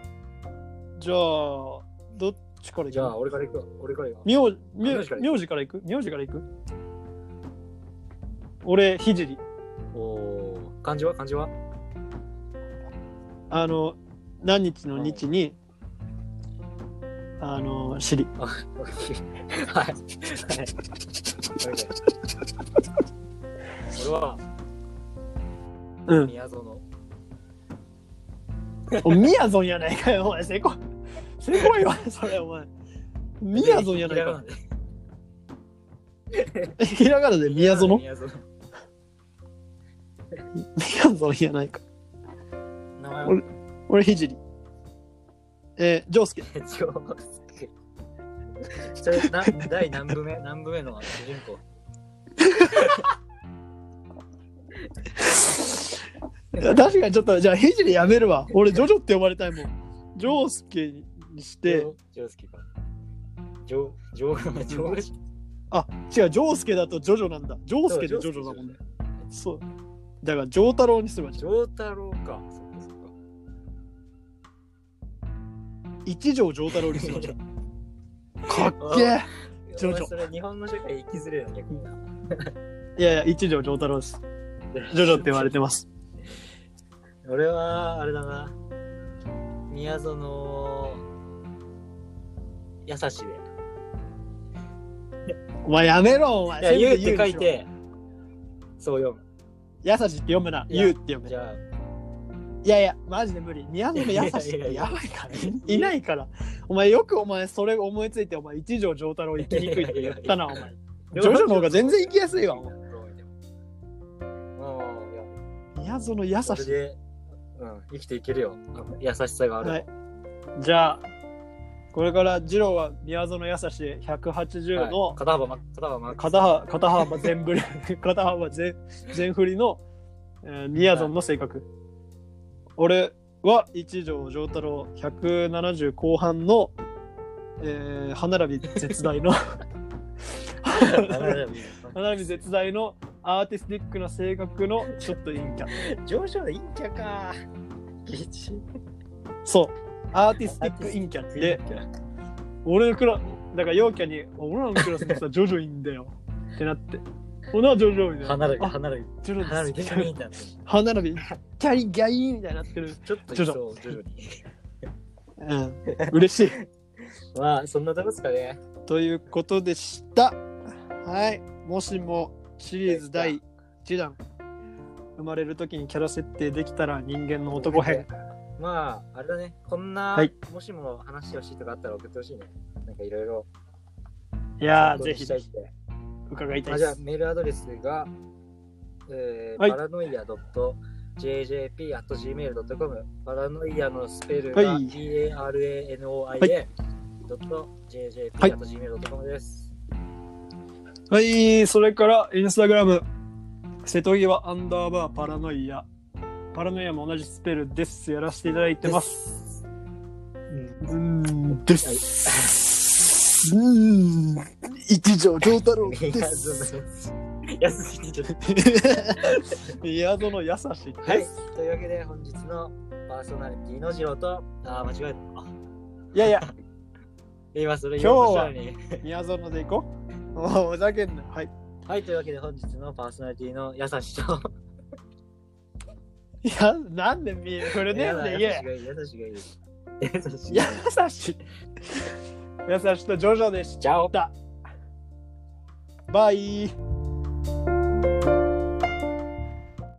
[SPEAKER 4] じゃあどっちからい
[SPEAKER 3] じゃあ、
[SPEAKER 4] く
[SPEAKER 3] 俺から行く俺から行く
[SPEAKER 4] 名名
[SPEAKER 3] 名字から行く
[SPEAKER 4] 名字からいく名字からいく俺ひじり
[SPEAKER 3] おー、漢字は漢字は
[SPEAKER 4] あの何日の日に、あの知り
[SPEAKER 3] オッケーはい。はい。俺は、
[SPEAKER 4] うん
[SPEAKER 3] 宮園。
[SPEAKER 4] おみやぞんやないかよお前せこいせこいわそれお前みやぞんやないかひらがなでみやぞのみ
[SPEAKER 3] 宮園。
[SPEAKER 4] やぞんやないか
[SPEAKER 3] 名前は
[SPEAKER 4] 俺俺ひじりえー、ジョウ スケ
[SPEAKER 3] 一応。それな第何部目何部目の主人公
[SPEAKER 4] いや確かにちょっとじゃあひじりやめるわ俺ジョジョって呼ばれたいもんジョウスケにして
[SPEAKER 3] ジョウスケか。ジョウ、ジョウ、ジョウスケ。
[SPEAKER 4] あ違うジョウスケだとジョジョなんだジョウスケでジョジョだもんねそうだからジョータロウにすれば
[SPEAKER 3] ジョウタロウか。そっかそっか。
[SPEAKER 4] 一条上太郎にするじゃん。かっけえ。ジョジョ
[SPEAKER 3] お前それ日本の社会生きづれえな、逆にな。
[SPEAKER 4] いやいや、一条上太郎です。ジョジョって言われてます。
[SPEAKER 3] 俺は、あれだな。宮園、優しいで。
[SPEAKER 4] お前やめろ、お前。
[SPEAKER 3] い
[SPEAKER 4] せ
[SPEAKER 3] や、
[SPEAKER 4] め
[SPEAKER 3] ゆう
[SPEAKER 4] て
[SPEAKER 3] って
[SPEAKER 4] にしろ
[SPEAKER 3] 書い。て、そう読む。
[SPEAKER 4] やさしって読むな。
[SPEAKER 3] いや
[SPEAKER 4] ゆうって読む。
[SPEAKER 3] じゃあ、
[SPEAKER 4] いやいや、マジで無理。宮野のやさしっ
[SPEAKER 3] いや
[SPEAKER 4] て
[SPEAKER 3] いや
[SPEAKER 4] や
[SPEAKER 3] いや
[SPEAKER 4] ばいから。いいないから。お前よくお前それ思いついて、お前一条上太郎行きにくいって言 ったな、お前。ジョジョの方が全然行きやすいわ。お前
[SPEAKER 3] うん、いや、
[SPEAKER 4] 宮園のやさ
[SPEAKER 3] そ
[SPEAKER 4] し
[SPEAKER 3] れ。で、うん、生きていけるよ。優しさがある。
[SPEAKER 4] はい。じゃあ、これからジローは宮園やさし
[SPEAKER 3] は
[SPEAKER 4] 180
[SPEAKER 3] い
[SPEAKER 4] の、
[SPEAKER 3] 肩幅ま、肩幅ま、
[SPEAKER 4] 肩幅肩幅全振り 肩幅全全振りの、えー、みやぞんの性格、俺は一条上太郎170後半の、えー歯並び絶大の 歯並び絶大のアーティスティックな性格のちょっと陰キャ
[SPEAKER 3] 上昇でいいんちゃう か。ギチ。
[SPEAKER 4] そうアーティスティック陰キャで俺のクラだから陽キャに俺らのクラスのさジョジョいいんだ よってなって俺はジョジョみたいな
[SPEAKER 3] 離れ、
[SPEAKER 4] あ
[SPEAKER 3] 離れ、
[SPEAKER 4] ジョジョです
[SPEAKER 3] 離れ、ギャイン だね。
[SPEAKER 4] 歯並び、キャリギャインみたいになってる。
[SPEAKER 3] ちょっといそう、徐々に。
[SPEAKER 4] うん、嬉しい。
[SPEAKER 3] まあ、そんなとこですかね。
[SPEAKER 4] ということでした。はい。もしもシリーズ第1弾、生まれるときにキャラ設定できたら人間の男編。
[SPEAKER 3] まあ、あれだね。こんな、
[SPEAKER 4] はい
[SPEAKER 3] もしも話してほしいとかあったら送ってほしいね。なんかいろいろ。
[SPEAKER 4] いやー、
[SPEAKER 3] 参考
[SPEAKER 4] ぜ
[SPEAKER 3] に
[SPEAKER 4] ひ
[SPEAKER 3] したいって
[SPEAKER 4] 伺いた
[SPEAKER 3] あ
[SPEAKER 4] い
[SPEAKER 3] じ
[SPEAKER 4] で
[SPEAKER 3] ゃあ
[SPEAKER 4] す。
[SPEAKER 3] メールアドレスが、えー
[SPEAKER 4] はい
[SPEAKER 3] パラノイア .jjp.gmail.com パラノイアのスペル
[SPEAKER 4] は
[SPEAKER 3] が
[SPEAKER 4] い
[SPEAKER 3] paranoia.jjp.gmail.com です。
[SPEAKER 4] はい、それからインスタグラム、瀬戸際アンダーバーパラノイア。パラノイアも同じスペルです。やらせていただいてます。
[SPEAKER 3] す。
[SPEAKER 4] うん、です。うん、一条上太郎
[SPEAKER 3] い
[SPEAKER 4] で
[SPEAKER 3] や
[SPEAKER 4] す。
[SPEAKER 3] そんな安すぎてちょっと。
[SPEAKER 4] 宮園の優しい。
[SPEAKER 3] はい。というわけで本日のパーソナリティの次郎と、あー、間違えた。あ
[SPEAKER 4] いやいや、
[SPEAKER 3] 今それ
[SPEAKER 4] 今日
[SPEAKER 3] 言おうとした
[SPEAKER 4] は
[SPEAKER 3] のに。
[SPEAKER 4] 宮園で行こう。おうふざけんな。はい。
[SPEAKER 3] はい。というわけで本日のパーソナリティの優しと、
[SPEAKER 4] いや、なんで見えフルネームで言え。
[SPEAKER 3] 優しがいい。優しがいい。優しがいい
[SPEAKER 4] 優しい。優しいとジョジョでし
[SPEAKER 3] チャオ
[SPEAKER 4] た。バイ。